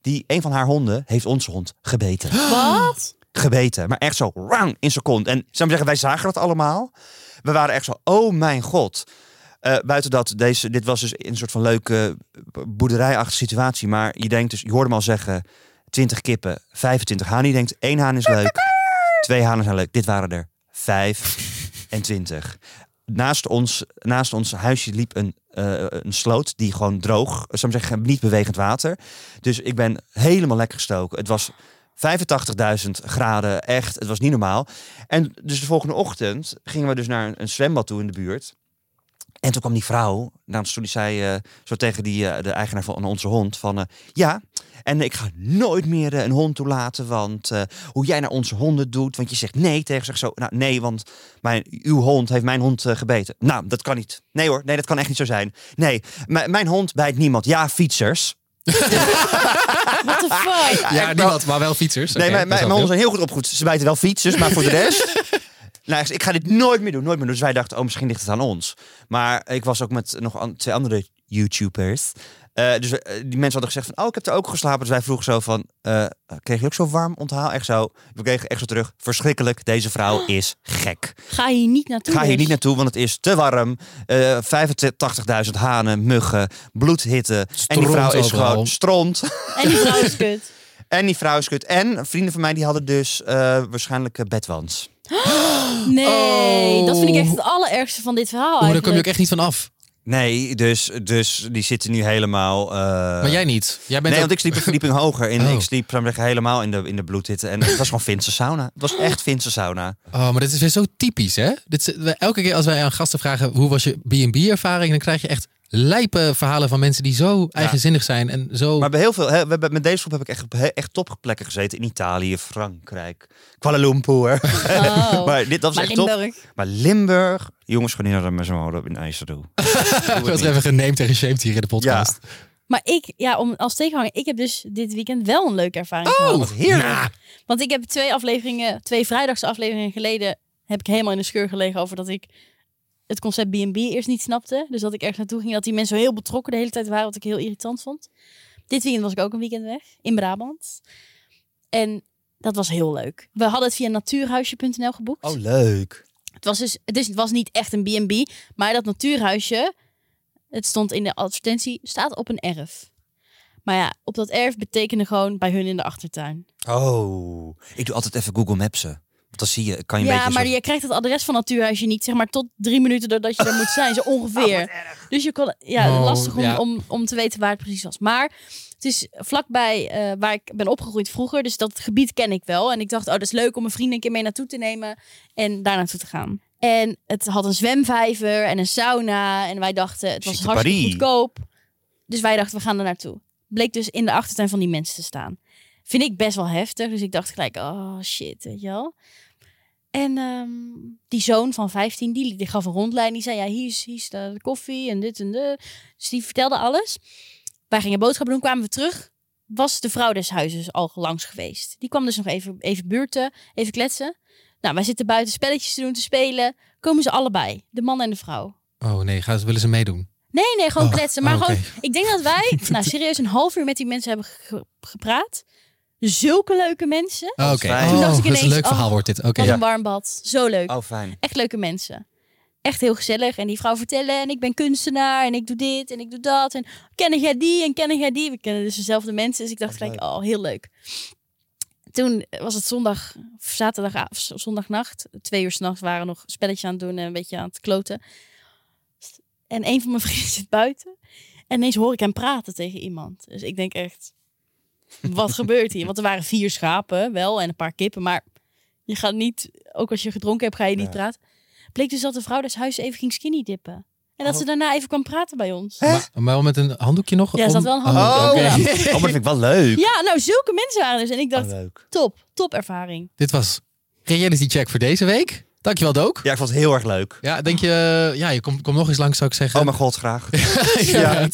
Speaker 3: Die, een van haar honden, heeft onze hond gebeten
Speaker 2: Wat?
Speaker 3: gebeten. Maar echt zo rang in seconde. En zou ik zeggen, wij zagen dat allemaal. We waren echt zo, oh mijn god. Eh, buiten dat, deze, dit was dus een soort van leuke eh, boerderijachtige situatie. Maar je denkt dus, je hoorde hem al zeggen, 20 kippen, 25 hanen. Je denkt, één haan is leuk, twee hanen zijn leuk. Dit waren er 25. Naast ons, naast ons huisje liep een, eh, een sloot die gewoon droog, eh, zou ik zeggen, niet bewegend water. Dus ik ben helemaal lekker gestoken. Het was 85.000 graden, echt. Het was niet normaal. En dus de volgende ochtend gingen we dus naar een, een zwembad toe in de buurt. En toen kwam die vrouw, nou, toen die zei eh, zo tegen die, eh, de eigenaar van onze hond, van eh, ja, en ik ga nooit meer eh, een hond toelaten, want eh, hoe jij naar onze honden doet, want je zegt nee tegen zich zo, nou nee, want mijn, uw hond heeft mijn hond eh, gebeten. Nou, dat kan niet. Nee hoor, nee, dat kan echt niet zo zijn. Nee, m- mijn hond bijt niemand. Ja, fietsers.
Speaker 2: What the fuck?
Speaker 1: Ja,
Speaker 3: echt
Speaker 1: niemand, maar wel fietsers.
Speaker 3: Nee,
Speaker 1: Oké, dat is
Speaker 3: mijn, mijn, mijn
Speaker 1: wel
Speaker 3: honden zijn heel goed opgevoed. Ze bijten wel fietsers, maar voor de rest... Nou, ik ga dit nooit meer doen, nooit meer doen. Dus wij dachten, oh, misschien ligt het aan ons. Maar ik was ook met nog an- twee andere YouTubers. Eh, dus we- eh, die mensen hadden gezegd van, oh, ik heb er ook geslapen. Dus wij vroegen zo van, eh, kreeg je ook zo warm onthaal? Echt zo, we kregen echt zo terug, verschrikkelijk, deze vrouw is gek.
Speaker 2: Ga hier niet naartoe.
Speaker 3: Ga hier
Speaker 2: dus.
Speaker 3: niet naartoe, want het is te warm. Eh 85.000 hanen, muggen, bloedhitte. en die vrouw
Speaker 1: Stront
Speaker 3: is
Speaker 1: overal.
Speaker 3: gewoon stront.
Speaker 2: En die vrouw is kut.
Speaker 3: En die vrouw is kut. En vrienden van mij die hadden dus eh, waarschijnlijk eh, bedwans.
Speaker 2: Nee,
Speaker 1: Oh.
Speaker 2: dat vind ik echt het allerergste van dit verhaal
Speaker 3: Oh,
Speaker 1: Oeh, daar Oh, kom je ook
Speaker 2: eigenlijk.
Speaker 1: echt niet van af.
Speaker 3: Nee, dus, dus die zitten nu helemaal... eh,
Speaker 1: Maar jij niet. Jij bent
Speaker 3: Nee,
Speaker 1: ook-
Speaker 3: want ik sliep een verdieping hoger. In,
Speaker 1: Oh.
Speaker 3: Ik sliep zou ik zeggen, helemaal in de, in de bloedhitte. En het was gewoon Finse sauna. Het was echt Finse sauna.
Speaker 1: Oh, maar dit is weer zo typisch, hè? Dit is, we- elke keer als wij aan gasten vragen hoe was je B&B-ervaring, dan krijg je echt lijpe verhalen van mensen die zo eigenzinnig zijn en zo...
Speaker 3: Maar bij heel veel, hè, we hebben- met deze groep heb ik echt op he- echt topplekken gezeten. In Italië, Frankrijk, Kuala Lumpur.
Speaker 2: Oh.
Speaker 3: maar dit dat was
Speaker 2: Maar
Speaker 3: echt top.
Speaker 2: Limburg.
Speaker 3: Maar Limburg. Jongens, gaan niet naar de Messenmolen in IJsseldoe.
Speaker 1: Ik word er even geneemd en geshamed hier in de podcast.
Speaker 2: Maar ik, ja, om als tegenhanger, ik heb dus dit weekend wel een leuke ervaring
Speaker 1: Oh,
Speaker 2: gehad.
Speaker 1: wat heerlijk. Ja.
Speaker 2: Want ik heb twee afleveringen, twee vrijdagse geleden, heb ik helemaal in de scheur gelegen over dat ik het concept B&B eerst niet snapte. Dus dat ik ergens naartoe ging dat die mensen zo heel betrokken de hele tijd waren, wat ik heel irritant vond. Dit weekend was ik ook een weekend weg in Brabant. En Dat was heel leuk. We hadden het via natuurhuisje.nl geboekt.
Speaker 3: Oh, leuk.
Speaker 2: Het was dus, dus het was niet echt een B&B, maar dat natuurhuisje, het stond in de advertentie, staat op een erf. Maar ja, op dat erf betekende gewoon bij hun in de achtertuin.
Speaker 3: Oh, ik doe altijd even Google Mapsen. Want dan zie je, kan je een
Speaker 2: Ja,
Speaker 3: beetje...
Speaker 2: maar
Speaker 3: zo-
Speaker 2: je krijgt het adres van natuurhuisje niet, zeg maar, tot drie minuten doordat je er moet zijn, zo ongeveer. dus je kon, ja,
Speaker 1: Oh,
Speaker 2: lastig om,
Speaker 1: ja.
Speaker 2: Om, om te weten waar het precies was. Maar het is vlakbij eh, waar ik ben opgegroeid vroeger, dus dat gebied ken ik wel. En ik dacht, oh, dat is leuk om mijn vrienden een keer mee naartoe te nemen en daar naartoe te gaan. En het had een zwemvijver en een sauna en wij dachten, het was
Speaker 3: Chique
Speaker 2: hartstikke
Speaker 3: Paris.
Speaker 2: goedkoop. Dus wij dachten, we gaan er naartoe. Bleek dus in de achtertuin van die mensen te staan. Vind ik best wel heftig, dus ik dacht gelijk, oh shit, weet je wel. En ehm, die zoon van 15, die, die gaf een rondleiding. Die zei, ja, hier is, hier is de de koffie en dit en de. Dus die vertelde alles. Wij gingen boodschappen doen, kwamen we terug. Was de vrouw des huizes al langs geweest. Die kwam dus nog even, even buurten, even kletsen. Nou, wij zitten buiten spelletjes te doen, te spelen. Komen ze allebei, de man en de vrouw.
Speaker 1: Oh nee, gaan ze, willen ze meedoen?
Speaker 2: Nee, nee, gewoon
Speaker 1: Oh,
Speaker 2: kletsen. Maar
Speaker 1: oh,
Speaker 2: gewoon,
Speaker 1: oké.
Speaker 2: ik denk dat wij, nou serieus, een half uur met die mensen hebben ge- gepraat. Zulke leuke mensen.
Speaker 1: Oh, Oké,
Speaker 3: fijn.
Speaker 2: Toen dacht ik
Speaker 1: dat is een
Speaker 2: ineens,
Speaker 1: leuk
Speaker 2: oh,
Speaker 1: verhaal wordt dit. Oké,
Speaker 2: Wat
Speaker 1: ja.
Speaker 2: een warm bad. Zo leuk.
Speaker 3: Oh, fijn.
Speaker 2: Echt leuke mensen. Echt heel gezellig. En die vrouw vertellen, en ik ben kunstenaar, en ik doe dit, en ik doe dat. En kennen jij die, en kennen jij die. We kennen dus dezelfde mensen, dus ik dacht
Speaker 3: Wat
Speaker 2: gelijk, oh, heel leuk. Toen was het zondag, of zaterdag, of z- zondagnacht. Twee uur s'nachts waren we nog spelletjes aan het doen en een beetje aan het kloten. En een van mijn vrienden zit buiten. En ineens hoor ik hem praten tegen iemand. Dus ik denk echt, wat gebeurt hier? Want er waren vier schapen wel en een paar kippen. Maar je gaat niet, ook als je gedronken hebt, ga je niet
Speaker 3: Nee.
Speaker 2: praten. Bleek dus dat de vrouw des huis even ging skinny dippen. En dat ze daarna even kwam praten bij ons.
Speaker 1: Maar, maar wel met een handdoekje nog?
Speaker 2: Ja, er zat
Speaker 1: om-
Speaker 2: wel een
Speaker 1: Oh,
Speaker 2: handdoek
Speaker 1: oké.
Speaker 3: Oh, maar vind ik wel leuk.
Speaker 2: Ja, nou zulke mensen waren dus. En ik
Speaker 3: Oh,
Speaker 2: dacht,
Speaker 3: leuk.
Speaker 2: top, top ervaring.
Speaker 1: Dit was Reality Check voor deze week. Dankjewel, Dook. Ja,
Speaker 3: Ja, ik vond het heel erg leuk.
Speaker 1: denk je... Ja, je komt kom nog eens langs, zou ik zeggen.
Speaker 3: Oh mijn god, graag.
Speaker 1: ja.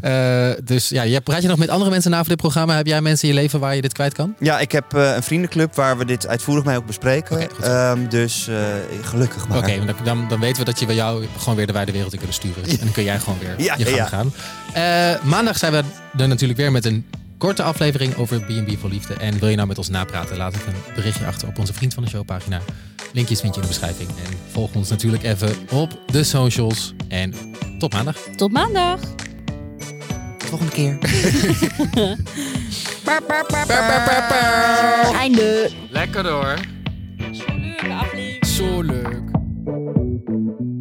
Speaker 1: Eh, dus ja, jij- praat je nog met andere mensen na voor dit programma? Heb jij mensen in je leven waar je dit kwijt kan?
Speaker 3: Ja, ik heb eh, een vriendenclub waar we dit uitvoerig mee ook bespreken.
Speaker 1: Oké, goed.
Speaker 3: Ehm, dus eh, gelukkig maar.
Speaker 1: Oké, dan, dan, dan weten we dat je bij jou gewoon weer de wijde wereld in kunnen sturen. En dan kun jij gewoon weer
Speaker 3: Ja,
Speaker 1: je gang
Speaker 3: ja.
Speaker 1: gaan. Eh, maandag zijn we er natuurlijk weer met een korte aflevering over B&B voor Liefde. En wil je nou met ons napraten, laat even een berichtje achter op onze Vriend van de Show pagina. Linkjes vind je in de beschrijving. En volg ons natuurlijk even op de socials. En tot maandag.
Speaker 2: Tot maandag.
Speaker 3: Volgende keer.
Speaker 2: Einde.
Speaker 1: Lekker hoor.
Speaker 2: Leuke aflevering.
Speaker 1: Zo leuk.